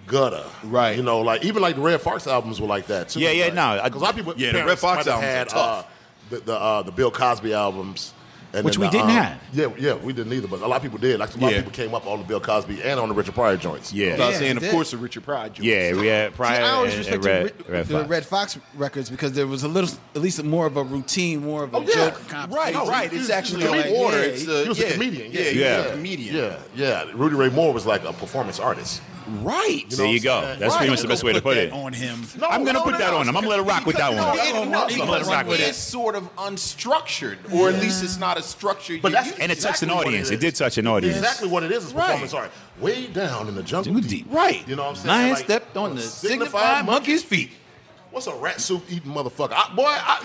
E: gutter.
B: Right.
E: You know, like even like the Red Fox albums were like that too.
D: Yeah, yeah,
E: Like,
D: no, I-
E: Because a lot of people,
B: Yeah, the
E: parents
B: Red Fox
E: might have
B: albums
E: had
B: are tough.
E: uh, the the, uh, the Bill Cosby albums. And
D: Which
E: then
D: we
E: the,
D: didn't
E: um,
D: have.
E: Yeah, yeah, we didn't either. But a lot of people did. Like a lot
B: Yeah.
E: of people came up on the Bill Cosby and on the Richard Pryor joints.
D: Yeah.
B: So I was
C: Yeah,
B: saying,
C: he
B: of
C: did.
B: course, the Richard Pryor joints.
D: Yeah, we had
C: See,
D: Pryor
C: I always
D: and, and
C: respected
D: Red, Red
C: Ri- the
D: Fox.
C: Red Fox records because there was a little, at least more of a routine, more of a
E: Oh, yeah.
C: joke. comp-
B: Right,
E: No,
B: right. It's
E: he- he was
B: actually
E: a
B: like
E: comedian.
B: order.
E: Yeah,
B: It's
E: he was a comedian. Yeah,
B: Yeah, yeah,
D: yeah.
B: a comedian.
E: yeah, yeah. Rudy Ray Moore was like a performance artist.
B: Right.
D: there you go.
E: Right.
D: That's pretty much the best way to put
C: that
D: it.
C: on him.
E: No,
D: I'm gonna
E: no,
D: put
E: no,
D: that
E: no.
D: on him. I'm gonna let it rock with that
B: No,
D: one.
B: it,
D: I'm
B: no,
D: gonna let it
B: because
D: rock with
B: it is
D: that.
B: sort of unstructured, or at least it's not as structured.
E: But
B: you
E: that's
B: used
D: And it
B: to.
D: touched an
E: Exactly what
D: audience.
E: it
D: It
E: is.
D: did touch an audience.
E: Exactly what it is is
B: Right.
E: performance art. Way down in the jungle
D: Jungle deep.
E: deep.
D: Right.
E: You know what I'm saying?
D: Lion
E: Like,
D: stepped on the
E: signified
D: signified monkey's feet.
E: What's a rat soup eating motherfucker? I, <laughs> boy, I,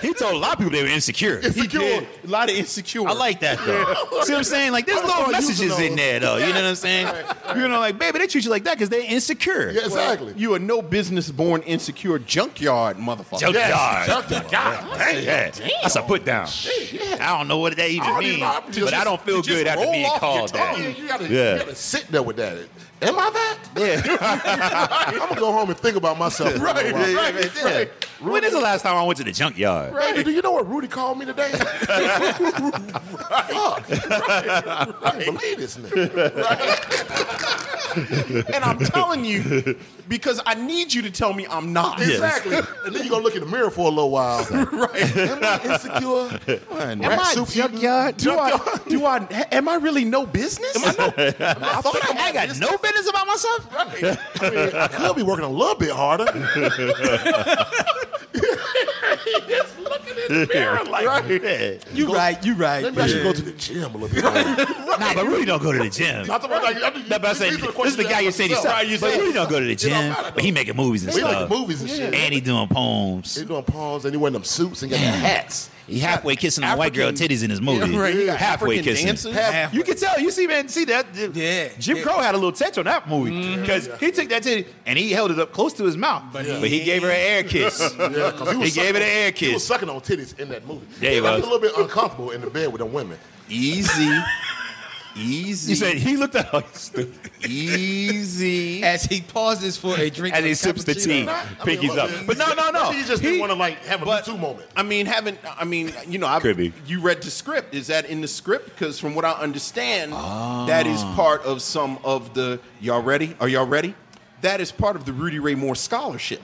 D: He told a lot of people they were insecure.
E: He did.
B: A lot of insecure.
D: I like that though. See what I'm saying? Like there's
E: I
D: little
E: saw
D: messages
E: you
D: in there though. You know what I'm saying? You know, like baby, they treat you like that because they're insecure.
E: yeah, exactly.
B: You are no business born insecure junkyard motherfucker.
D: Junkyard.
E: Junkyard.
D: God damn. Yeah. That's a put down. I don't know what that
E: I
D: even
E: don't even
D: means,
E: know. I just-
D: but I don't feel
E: it just
D: good after
E: roll
D: being
E: off your
D: called that.
E: tongue. You gotta,
D: Yeah.
E: you gotta sit there with that. Am I that?
D: <laughs>
E: <laughs>
D: Yeah.
E: I'm gonna go home and think about myself. for a
B: Right,
E: while.
B: yeah, right,
E: Yeah.
B: right.
D: When is the last time I went to the junkyard?
E: Baby, do you know what Rudy called me
D: <laughs>
E: today? Fuck. I can't believe this nigga.
B: and <laughs> I'm telling you because I need you to tell me I'm not.
E: Exactly. And then you gonna look in the mirror for a little while.
B: <laughs> Right.
E: Am I insecure?
B: Am
E: Rat
B: I
E: soup
B: junkyard? Do I? Do I? Am I really no business? Am I <laughs> no?
D: I thought I, I got no business about myself.
E: I mean, I could be working a little
D: <laughs>
E: bit harder. Just looking in the mirror like,
D: Yeah.
C: You right, you right.
E: maybe I should go to the gym a little
D: <laughs>
E: bit harder.
D: Nah, but Rudy don't go to the gym.
E: Not the- like, I think-
D: That's what I said.
E: these are
D: This
E: questions
D: is the
E: you
D: guy
E: ask
D: you're saying.
E: yourself.
D: But Rudy don't go to the gym,
E: matter,
D: but he making movies and
E: We like
D: stuff.
E: movies and shit.
D: And he doing poems.
E: They doing palms and they wearing them suits and got their hats.
D: He halfway kissing a white girl
B: African-
D: titties in his movie.
B: Yeah, right. You got
D: halfway
B: African
D: kissing.
B: dancers?
D: Half- You can tell. You see, man. See that?
C: Yeah.
D: Jim Crow had a little touch on that movie because he took that titty and he held it up close to his mouth, but he,
C: he-
D: gave her an air kiss.
E: <laughs> Yeah, 'cause
D: he
E: was
D: gave it
E: sucking
D: an air
E: on- He was
D: kiss.
E: sucking on titties in that movie.
D: Yeah, he
E: I
D: was.
E: a little bit uncomfortable in the bed with them women.
B: Easy. Easy.
D: He said he looked at her <laughs> stupid.
B: easy.
C: As he pauses for a
D: <laughs>
C: drink
D: and he
C: of
D: sips the
C: cappuccino.
D: tea,
E: I mean,
D: pinkies
E: look,
D: up.
E: he-
D: But no, no, no.
E: He just
D: He-
E: didn't want to like have a
D: but-
E: Me Too moment.
B: I mean, haven't I mean, you know, I
D: Could be.
B: you read the script. Is that in the script? Because from what I understand, that is
D: Ah.
B: part of some of the y'all ready? Are y'all ready? That is part of the Rudy Ray Moore scholarship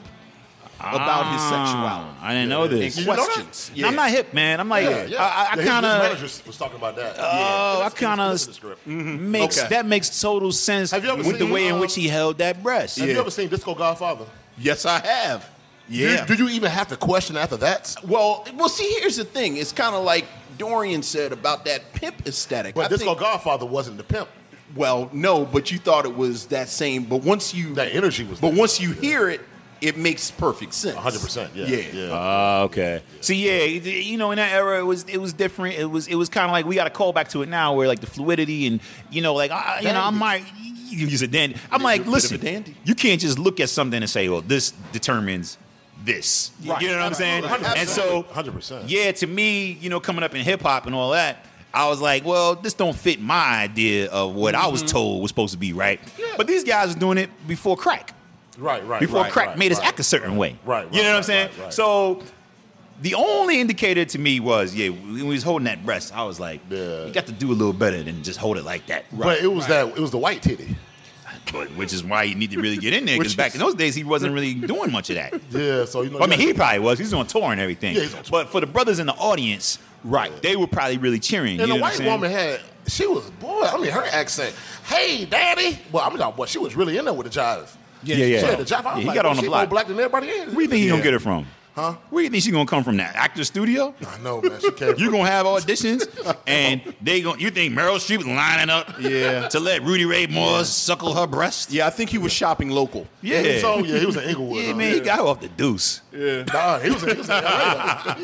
B: about his
D: Ah,
B: sexuality.
D: I didn't know this.
B: And questions.
D: You know that? I'm not hip, man. I'm like, I, I
E: his-
D: kind
E: His
D: of.
E: manager was talking about that.
D: Oh, I
E: It's- it's-
D: kind of
E: it's in the script.
D: makes
B: Okay.
D: that makes total sense
E: Have you ever
D: with the
E: seen,
D: way
B: uh,
D: in
E: um,
D: which he held that breast.
E: Have you ever seen Disco Godfather?
B: Yes, I have.
E: Do you-
B: Yeah.
E: Do, you even have to question after that?
B: well, well. See, here's the thing. It's kind of like Dorian said about that pimp aesthetic.
E: But
B: I
E: Disco
B: think-
E: Godfather wasn't the pimp.
B: Well, no, but you thought it was that same. But once you
E: That energy was
B: but
E: there.
B: once you hear it, it makes perfect sense.
E: 100%. Yeah.
B: Yeah.
D: Ah, okay. See, yeah, it- you know, in that era, it was it was different. It was it was kind of like we got a call back to it now, where like the fluidity and you know, like I, I- you know, I'm like, you use a dandy. I'm
B: You're a
D: like,
B: bit of
D: listen,
B: a dandy.
D: you can't just look at something and say, well, this determines this. You know what I'm saying? And so,
E: 100%.
D: yeah, to me, you know, coming up in hip hop and all that, I was like, well, this don't fit my idea of what I was
B: Mm-hmm.
D: told was supposed to be right. But these guys were doing it before crack
E: Right, right.
D: before
E: right,
D: crack
E: right,
D: made us
E: right.
D: act a certain way.
E: Right,
D: you know what I'm
E: right, right,
D: saying?
E: right, right.
D: So the only indicator to me was, yeah, when he was holding that breast, I was like,
E: Yeah.
D: you got to do a little better than just hold it like that.
E: But it was that. It was the white titty.
D: But- which is why you need to really get in
E: <laughs>
D: there because
B: Which
D: back
B: is-
D: in those days he wasn't really doing much of that.
E: Yeah. So you know.
D: I mean,
E: you
D: he probably was. He's on tour and everything.
E: Yeah, he's on tour.
D: But for the brothers in the audience, right, they were probably really cheering.
E: And
D: you
E: the
D: know what I'm
E: white
D: saying?
E: woman had, she was, boy, I mean, her accent, hey, daddy. Well, I mean, boy, she was really in there with the jive.
D: Yeah, yeah.
E: She had the jive. I was
D: Yeah, he
E: like,
D: got
E: well,
D: on the
E: she
D: block.
E: more black than everybody is.
D: Where you think he gonna
E: Yeah.
D: get it from?
E: Huh?
D: Where you think she gonna come from? That actor
E: <laughs>
D: studio?
E: I know, man. She came
D: <laughs> You gonna have auditions, and they going You think Meryl Streep lining up?
B: Yeah.
D: To let Rudy Ray Moore suckle her breast?
B: Yeah, I think he was shopping local.
D: Yeah.
E: Yeah. So, yeah, he was in Inglewood.
D: Yeah,
E: huh?
D: man, he got her off the deuce.
E: Yeah. Nah, he was in, he was in LA.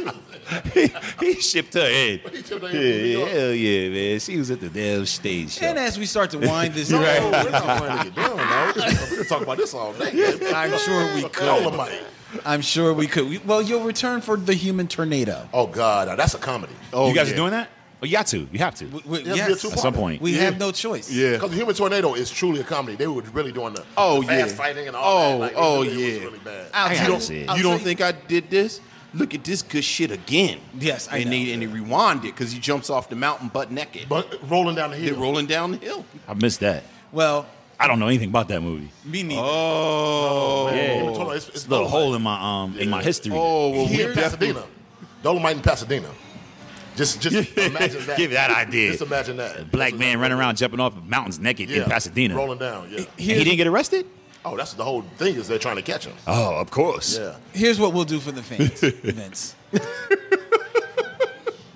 D: he, <laughs> he shipped her in.
E: He shipped her
D: yeah,
E: in from New
D: yeah,
E: York.
D: hell yeah, man. She was at the damn stage show.
C: And as
D: <laughs>
C: we start to wind this
E: No,
C: down,
E: we're not going to get down now. We could- We could talk about this all day.
C: I'm sure we could.
E: Dolomite.
C: I'm sure we could. We- well, you'll return for the human tornado.
E: Oh, God. now That's a comedy.
B: Oh,
D: you guys
B: yeah.
D: are doing that? Oh, you got to. You have to.
C: We,
E: Yes,
C: yes,
E: we are
D: At some point.
C: we have no choice.
B: Yeah.
E: Because the Human Tornado is truly a comedy. They were really doing the,
B: Oh,
E: the fast
B: yeah.
E: fighting and all
B: Oh,
E: that. Like, it
B: oh,
E: really was
B: yeah.
E: really bad.
C: I'll
D: I
C: tell
D: gotta
B: You don't,
D: see it.
B: you
C: I'll
B: don't
C: say-
B: think I did this? Look at this good shit again.
C: Yes, I
B: and
C: know.
B: They, and they rewind it because he jumps off the mountain butt naked.
E: But rolling down the
B: They're
E: hill.
B: rolling down the hill.
D: I missed that.
C: Well,
D: I don't know anything about that movie.
C: me neither.
B: Oh.
E: Human Tornado, it's, it's
D: It's a little
E: Dolomite.
D: hole in my um in my history.
B: Oh, well,
E: Here
B: we
E: in Pasadena. Dolomite in Pasadena. Just, just imagine
D: <laughs>
E: that.
D: Give that idea.
E: Just imagine that.
D: A black
E: Just
D: man
E: imagine
D: running
E: that.
D: around jumping off of mountains naked
E: Yeah.
D: in Pasadena.
E: Rolling down, yeah.
D: And he didn't get arrested?
E: Oh, that's the whole thing is they're trying to catch him.
D: Oh, of course.
E: Yeah.
C: Here's what we'll do for
E: <laughs>
C: the fans, Vince.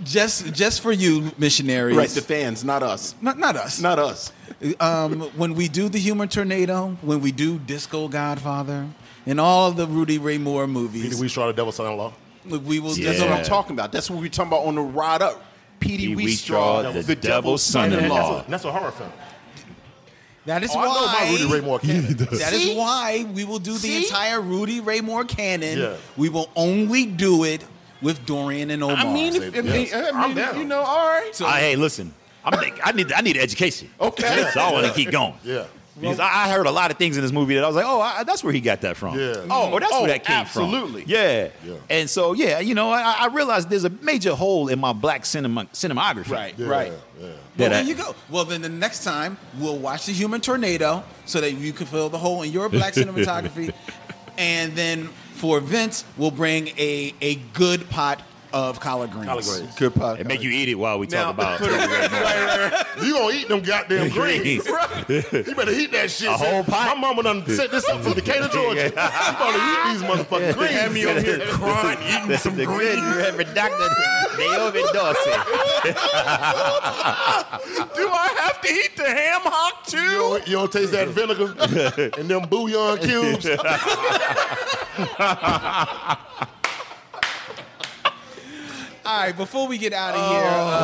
C: just, just for you, missionaries.
B: Right, the fans, not us.
C: not, not us.
B: Not us.
C: um, when we do the humor tornado, when we do Disco Godfather, and all of the Rudy Ray Moore
E: Did
C: movies,
E: we try the devil's son-in-law?
C: we, will.
D: Yeah.
B: That's what I'm
D: Yeah.
B: talking about. That's what we're talking about on the ride up. P.D.
D: Pete
B: Weestraw,
D: Weestraw, Uh, the
B: the
D: devil's
B: devil's son-in-law.
D: son-in-law.
E: That's a, that's a horror film.
C: That is
E: Oh, I know
C: why.
E: my Rudy Ray Moore canon.
C: That is
B: See?
C: why we will do the
B: See?
C: entire Rudy Ray Moore canon.
E: Yeah.
C: We will only do it with Dorian and Omar.
B: I mean, if, I mean,
E: Yes.
B: I
E: I'm
B: mean
E: down.
B: you know, all right.
D: I- hey, listen. I'm think, I need I need education.
B: Okay.
D: so I want to keep going.
E: Yeah.
D: Because I, I heard a lot of things in this movie that I was like, oh, I, that's where he got that from.
E: Yeah.
D: Oh, or that's
B: Oh,
D: where that came
B: absolutely.
D: from. Yeah.
E: Yeah.
D: And so, yeah, you know, I, I realized there's a major hole in my black cinema cinematography.
B: Right,
E: Yeah,
B: right.
E: Yeah.
C: Well,
D: That
C: there
D: I-
C: you go. Well, then the next time we'll watch the Human Tornado so that you can fill the hole in <laughs> your black cinematography, and then for Vince, we'll bring a a good pot of collard greens.
E: Collard greens.
B: Good podcast.
D: And make you eat it while we
B: Now-
D: talk about
E: You gonna eat
D: <laughs>
E: them goddamn greens?
D: Greens.
E: you better eat that shit.
D: A
E: son.
D: whole pot?
E: My mama done set this up
D: <laughs>
E: from Decatur, Georgia. You better eat these motherfucking greens.
D: Have <laughs> me over here
E: crying, eating
D: the good Reverend Dr. Naomi
B: <laughs>
D: Dawson.
B: Do I have to eat the ham hock too?
E: You don't, you don't taste
D: <laughs>
E: that vinegar and them bouillon cubes.
C: All right, before we get out of here,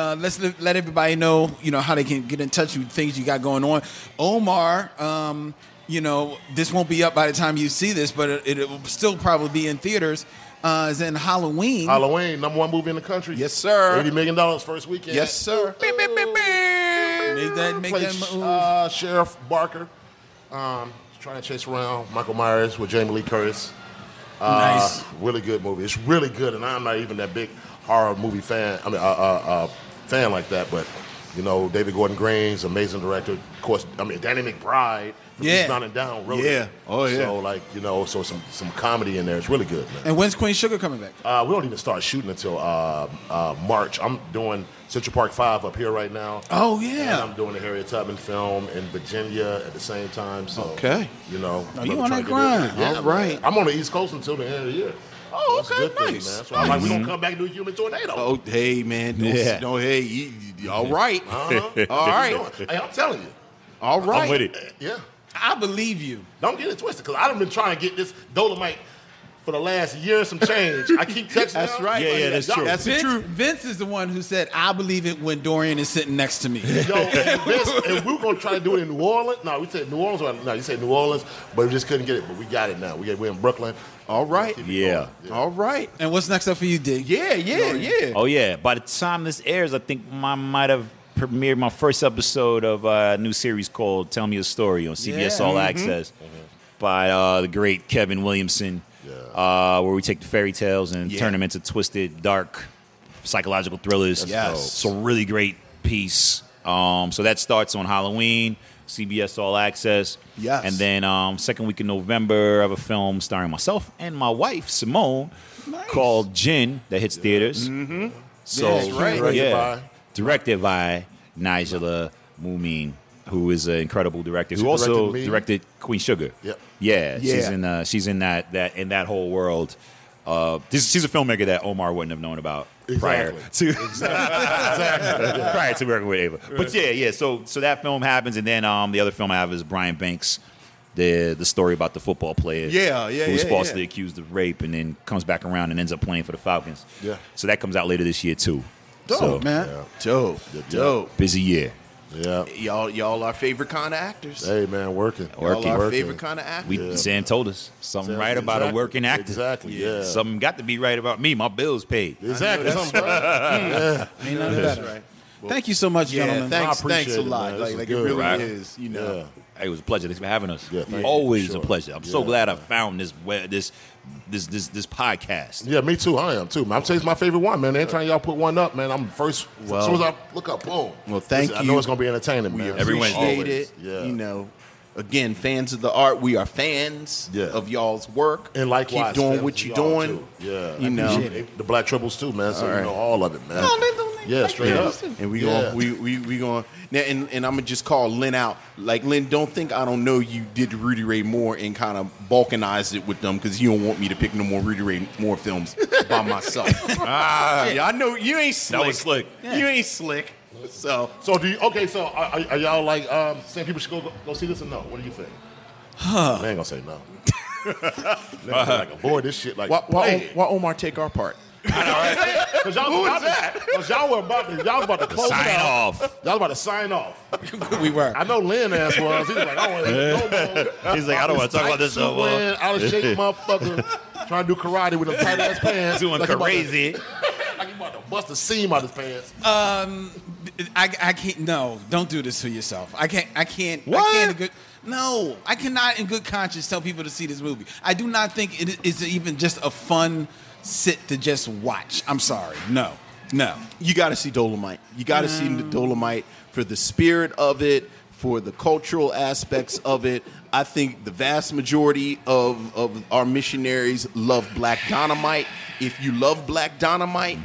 C: um, uh, let's let, let everybody know, you know, how they can get in touch with things you got going on. Omar, um, you know, this won't be up by the time you see this, but it, it will still probably be in theaters. Uh, is in Halloween.
E: Halloween, number one movie in the country.
B: Yes, sir.
E: Eighty million dollars first weekend.
B: Yes, sir.
C: Make that make
E: Plays,
C: that move.
E: uh, Sheriff Barker, um, trying to chase around Michael Myers with Jamie Lee Curtis. Uh,
C: nice.
E: Really good movie. It's really good, and I'm not even that big horror movie fan. I mean, uh, uh, uh, fan like that, but you know, David Gordon Green's amazing director. Of course, I mean Danny McBride. from
C: Yeah.
E: Eastbound and down. Wrote
B: Yeah.
E: It.
B: Oh, yeah.
E: So like you know, so some some comedy in there. It's really good, man.
C: And when's Queen Sugar coming back?
E: Uh, we don't even start shooting until uh, uh, March. I'm doing Central Park Five up here right now.
C: Oh, yeah.
E: And I'm doing the Harriet Tubman film in Virginia at the same time. So
B: Okay.
E: you know,
C: Oh, you
E: brother trying
C: on that
E: to get
C: grind.
E: in. Yeah,
B: All right.
E: man. I'm on the East Coast until the end of the year.
B: Oh,
E: That's a
B: okay,
E: good thing,
B: nice,
E: man. So I'm like, we don't come back and do a human tornado.
B: Oh, hey, man. Don't,
D: Yeah.
B: don't hey. You, you- all right.
E: Uh-huh.
B: All right.
E: Hey, I'm telling you. Uh,
B: All right.
D: I'm with it.
E: Yeah.
C: I believe you.
E: Don't get it twisted, because I've been trying to get this dolomite for the last year and some change. I keep texting.
B: That's
E: y'all.
B: right.
D: Yeah, yeah, that's true.
B: That's the
C: Vince,
B: truth.
C: Vince is the one who said, "I believe it when Dorian is sitting next to
B: <laughs>
C: me." <laughs>
E: Yo, and, this, and we were gonna try to do it in New Orleans. No, we said New Orleans. or- No, you said New Orleans, but we just couldn't get it. But we got it now. We got, we're in Brooklyn.
B: All right.
E: Keep it
D: Yeah.
E: going.
B: All right.
C: And what's next up for you, D?
B: Yeah, yeah, yeah.
D: Oh yeah. By the time this airs, I think I might have premiered my first episode of uh, a new series called "Tell Me a Story" on CBS
C: Yeah.
D: All
B: Mm-hmm.
D: Access by uh, the great Kevin Williamson, uh, where we take the fairy tales and
B: Yeah.
D: turn them into twisted, dark psychological thrillers.
B: Yes. dope.
D: it's a really great piece. Um, so that starts on Halloween. CBS All Access.
B: Yes.
D: And then um, second week in November, I have a film starring myself and my wife Simone called Gin that hits
B: Mm.
D: theaters. So
B: That's right.
D: yeah,
E: Directed by-
D: directed by Nigella Moomin, who is an incredible director, who
E: She directed
D: also
E: me.
D: directed Queen Sugar.
E: Yep.
D: Yeah, she's
B: Yeah.
D: in uh, she's in that that in that whole world. Uh, this, she's a filmmaker that Omar wouldn't have known about prior <laughs> to
E: Exactly.
D: <laughs> prior to working with Ava. But yeah, yeah. So so that film happens, and then um, the other film I have is Brian Banks, the the story about the football player,
B: Yeah, yeah,
D: who's
B: yeah,
D: falsely
B: yeah.
D: accused of rape and then comes back around and ends up playing for the Falcons.
E: Yeah.
D: So that comes out later this year too.
B: Dope,
D: So,
C: man.
B: Dope. Dope.
D: Busy year.
E: Yeah.
B: Y'all, y'all, our favorite kind of actors.
E: Hey man, working.
B: y'all,
D: Working.
B: our
E: Working.
B: favorite kind of actors.
D: We Sam told us something
E: Sam-
D: right about a
E: exactly,
D: working actor.
E: exactly, yeah.
D: Something got to be right about me. My bills paid.
E: Exactly. Something-
C: Ain't nothing better. Thank you so much,
B: yeah,
C: gentlemen.
B: thanks,
E: appreciate
B: thanks a
E: it, man.
B: lot.
E: This
B: Like,
E: is
B: like it
E: good,
B: really
D: right?
B: is, you know.
E: Yeah.
D: Hey, it was a pleasure. Thanks for having us.
E: Yeah, thank you,
D: Always
E: for
D: a
E: sure.
D: pleasure. I'm so
E: Yeah.
D: glad I found this web, this this this this podcast.
E: <laughs> Yeah, me too. I am too. Man. I'm saying it's my favorite one, man. Anytime y'all put one up, man, I'm first.
B: Well-
E: as soon as I look up, boom.
B: Well, thank
E: I
B: you.
E: know it's gonna be entertaining,
B: We
E: man.
D: Everyone-
B: appreciate
E: Always.
B: it.
E: Yeah.
B: You know, again, fans of the art. We are fans
E: Yeah.
B: of y'all's work.
E: And
B: keep
E: likewise,
B: doing
E: fans
B: what
E: of
B: you're
E: y'all,
B: doing.
E: too. Yeah, I
B: you know.
E: appreciate it. the Black Tribbles too, man. So
B: All right.
E: you know all of it, man.
C: <laughs>
E: yeah, straight
B: Yeah.
E: up.
B: And we
E: Yeah.
B: going we we we going now and, and I'm gonna just call Lynn out. Like Lynn, don't think I don't know you did Rudy Ray Moore and kind of balkanized it with them because you don't want me to pick no more Rudy Ray Moore films <laughs> by myself. ah, yeah, I know you ain't slick.
D: That was slick.
B: You ain't slick. So
E: So do you, okay? So are, are- are y'all like um, saying people should go, go see this or no? What do you think? Huh. Man, gonna say
D: <laughs>
E: no. <laughs> Niggas like avoid this shit like
B: why, why,
E: plague.
B: why Omar take our part?
E: Cause y'all was about to, <laughs> Cause y'all were about to, y'all was about to close
D: Sign
E: it out.
D: off.
E: Y'all was about to sign off.
C: we were.
E: I know Lynn ass was. He was like, I don't want to no more.
D: <laughs> He's like, I don't want to talk about this no more.
E: Out of
D: <laughs>
E: shape, motherfucker. Trying to do karate with them tight ass
D: <laughs>
E: pants.
D: Doing
E: Like he about to-
D: crazy.
E: Like he about to bust a seam out of his pants.
D: Uh,
C: I, I can't. No, don't do this to yourself. I can't. I can't. I
D: What?
C: can't in good, no, I cannot in good conscience tell people to see this movie. I do not think it is even just a fun sit to just watch. I'm sorry. No, no.
B: you got to see Dolomite. You got to see
D: Mm.
B: the Dolomite for the spirit of it, for the cultural aspects of it. I think the vast majority of, of our missionaries love Black Dynamite. If you love Black Dynamite,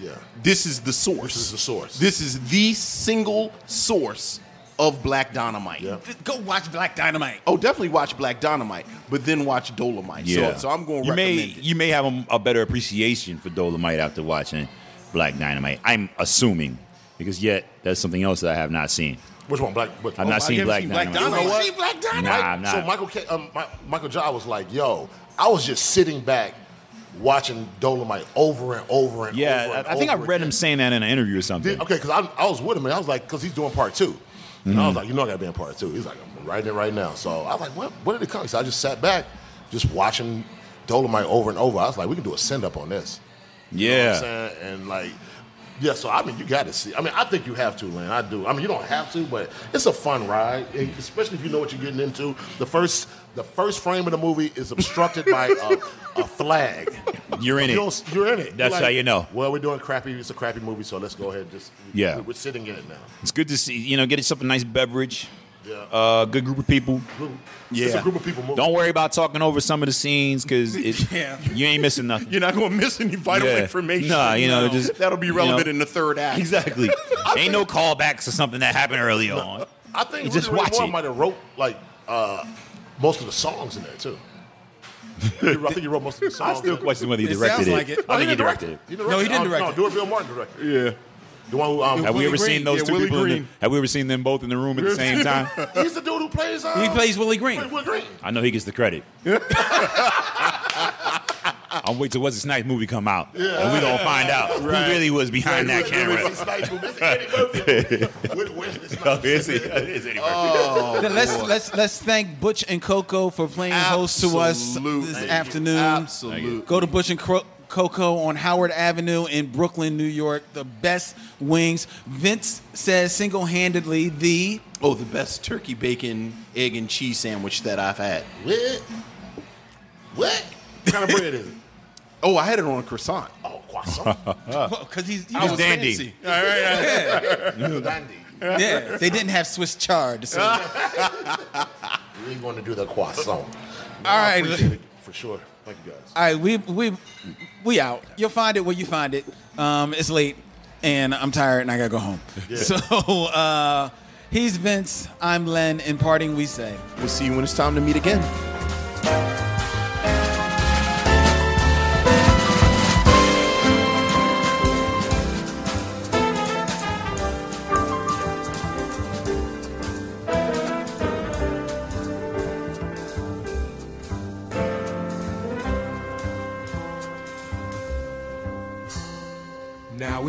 E: Yeah.
B: this is the source.
E: Mm-hmm. This is the source.
B: This is the single source of Black Dynamite.
E: Yeah.
C: Go watch Black Dynamite.
B: Oh, definitely watch Black Dynamite, but then watch Dolomite. So- So, I'm going to
D: You may
B: recommend it.
D: you may have a, a better appreciation for Dolomite after watching Black Dynamite. I'm assuming because yet that's something else that I have not seen.
E: Which one? Black. Which,
D: I'm
E: oh,
D: not
E: I
D: seeing
E: haven't
D: Black
E: seen
D: Dynamite.
E: You know what?
C: see Black
D: Nah,
C: Dynamite?
E: Mike-
D: I'm not.
E: So Michael K, um, Mi- Michael Jai was like, "Yo, I was just sitting back watching Dolomite over and over and
D: Yeah,
E: over.
D: I,
E: and
D: I think I
E: over
D: read
E: again.
D: him saying that in an interview or something.
E: Did- okay, because I, I was with him and I was like, because he's doing part 2 And
D: Mm-hmm.
E: I was like, you know, I got to be in part two. He's like, I'm writing it right now. So I was like, what, what did it come? So I just sat back, just watching Dolomite over and over. I was like, we can do a send up on this. You know what
D: yeah.
E: I'm saying? And like, yeah, so I mean, you got to see. I mean, I think you have to, Lynn. I do. I mean, you don't have to, but it's a fun ride, and especially if you know what you're getting into. The first, the first frame of the movie is obstructed by a, a flag.
D: You're in
E: You
D: it.
E: don't- You're in it.
D: That's
E: You're
D: how you know.
E: Well, we're doing crappy. It's a crappy movie, so let's go ahead. And just
D: Yeah.
E: we- we're sitting in it now.
D: It's good to see, you know, get yourself a nice beverage.
E: Yeah.
D: Uh, good group of people.
E: It's a group of people moving.
D: Don't worry about talking over some of the scenes because
E: <laughs>
B: Yeah.
D: you ain't missing nothing.
B: You're not going to miss any vital
D: Yeah.
B: information.
D: Nah, you know, just-
B: that'll be
D: you
B: relevant
D: know.
B: in the third act.
E: <laughs>
D: Exactly. ain't no callbacks to something that happened earlier on.
E: I think
D: Just
E: just Rudy Ray
D: watch
E: Moore
D: it.
E: might have wrote like uh, most of the songs in there
D: <laughs>
E: too. He wrote- I think he wrote most of the
D: I
E: songs.
D: still
E: in there.
D: question whether he
C: It
D: directed
C: sounds
D: it.
C: like it.
D: I
E: Oh,
D: think he
E: didn't direct
D: directed it.
E: it. He
C: No, he didn't direct
E: oh,
C: it.
E: No, Durville Martin directed it. Yeah. The one who um,
D: Have we ever seen those
B: Yeah,
D: two
B: Willie
D: people? In
B: Green.
D: the, have we ever seen them both in the room at the same time?
E: <laughs> He's the dude who plays. Uh,
C: He plays Willie Green.
E: Will Green.
D: I know he gets the credit. I'll wait till Wesley Snipes movie come out, and we gonna find out who really was behind
B: <laughs>
D: that camera. <laughs> Oh,
E: camera.
D: Is it- is it-
B: Oh,
C: Then let's let's let's thank Butch and Coco for playing host to us
B: Absolutely.
C: this
B: Thank you.
C: afternoon.
B: Absolutely.
C: Go to Butch and Cro- Coco on Howard Avenue in Brooklyn, New York. The best wings. Vince says single-handedly the
B: Oh, the best turkey bacon, egg, and cheese sandwich that I've had.
E: What? What? What kind of bread is it?
B: Oh, I had it on a croissant.
E: Oh,
D: <laughs>
E: croissant.
C: because he's you
D: It's
C: know,
D: dandy.
B: fancy.
E: Dandy.
C: yeah they didn't have Swiss chard. So
E: We ain't going to do the croissant.
C: All
E: I
C: right.
E: appreciate it for sure. Thank you guys.
C: All right, we we we out. You'll find it where you find it. Um, it's late, and I'm tired, and I gotta go home. <laughs> So uh, he's Vince. I'm Len. In parting, we say.
B: We'll see you when it's time to meet again.
J: Now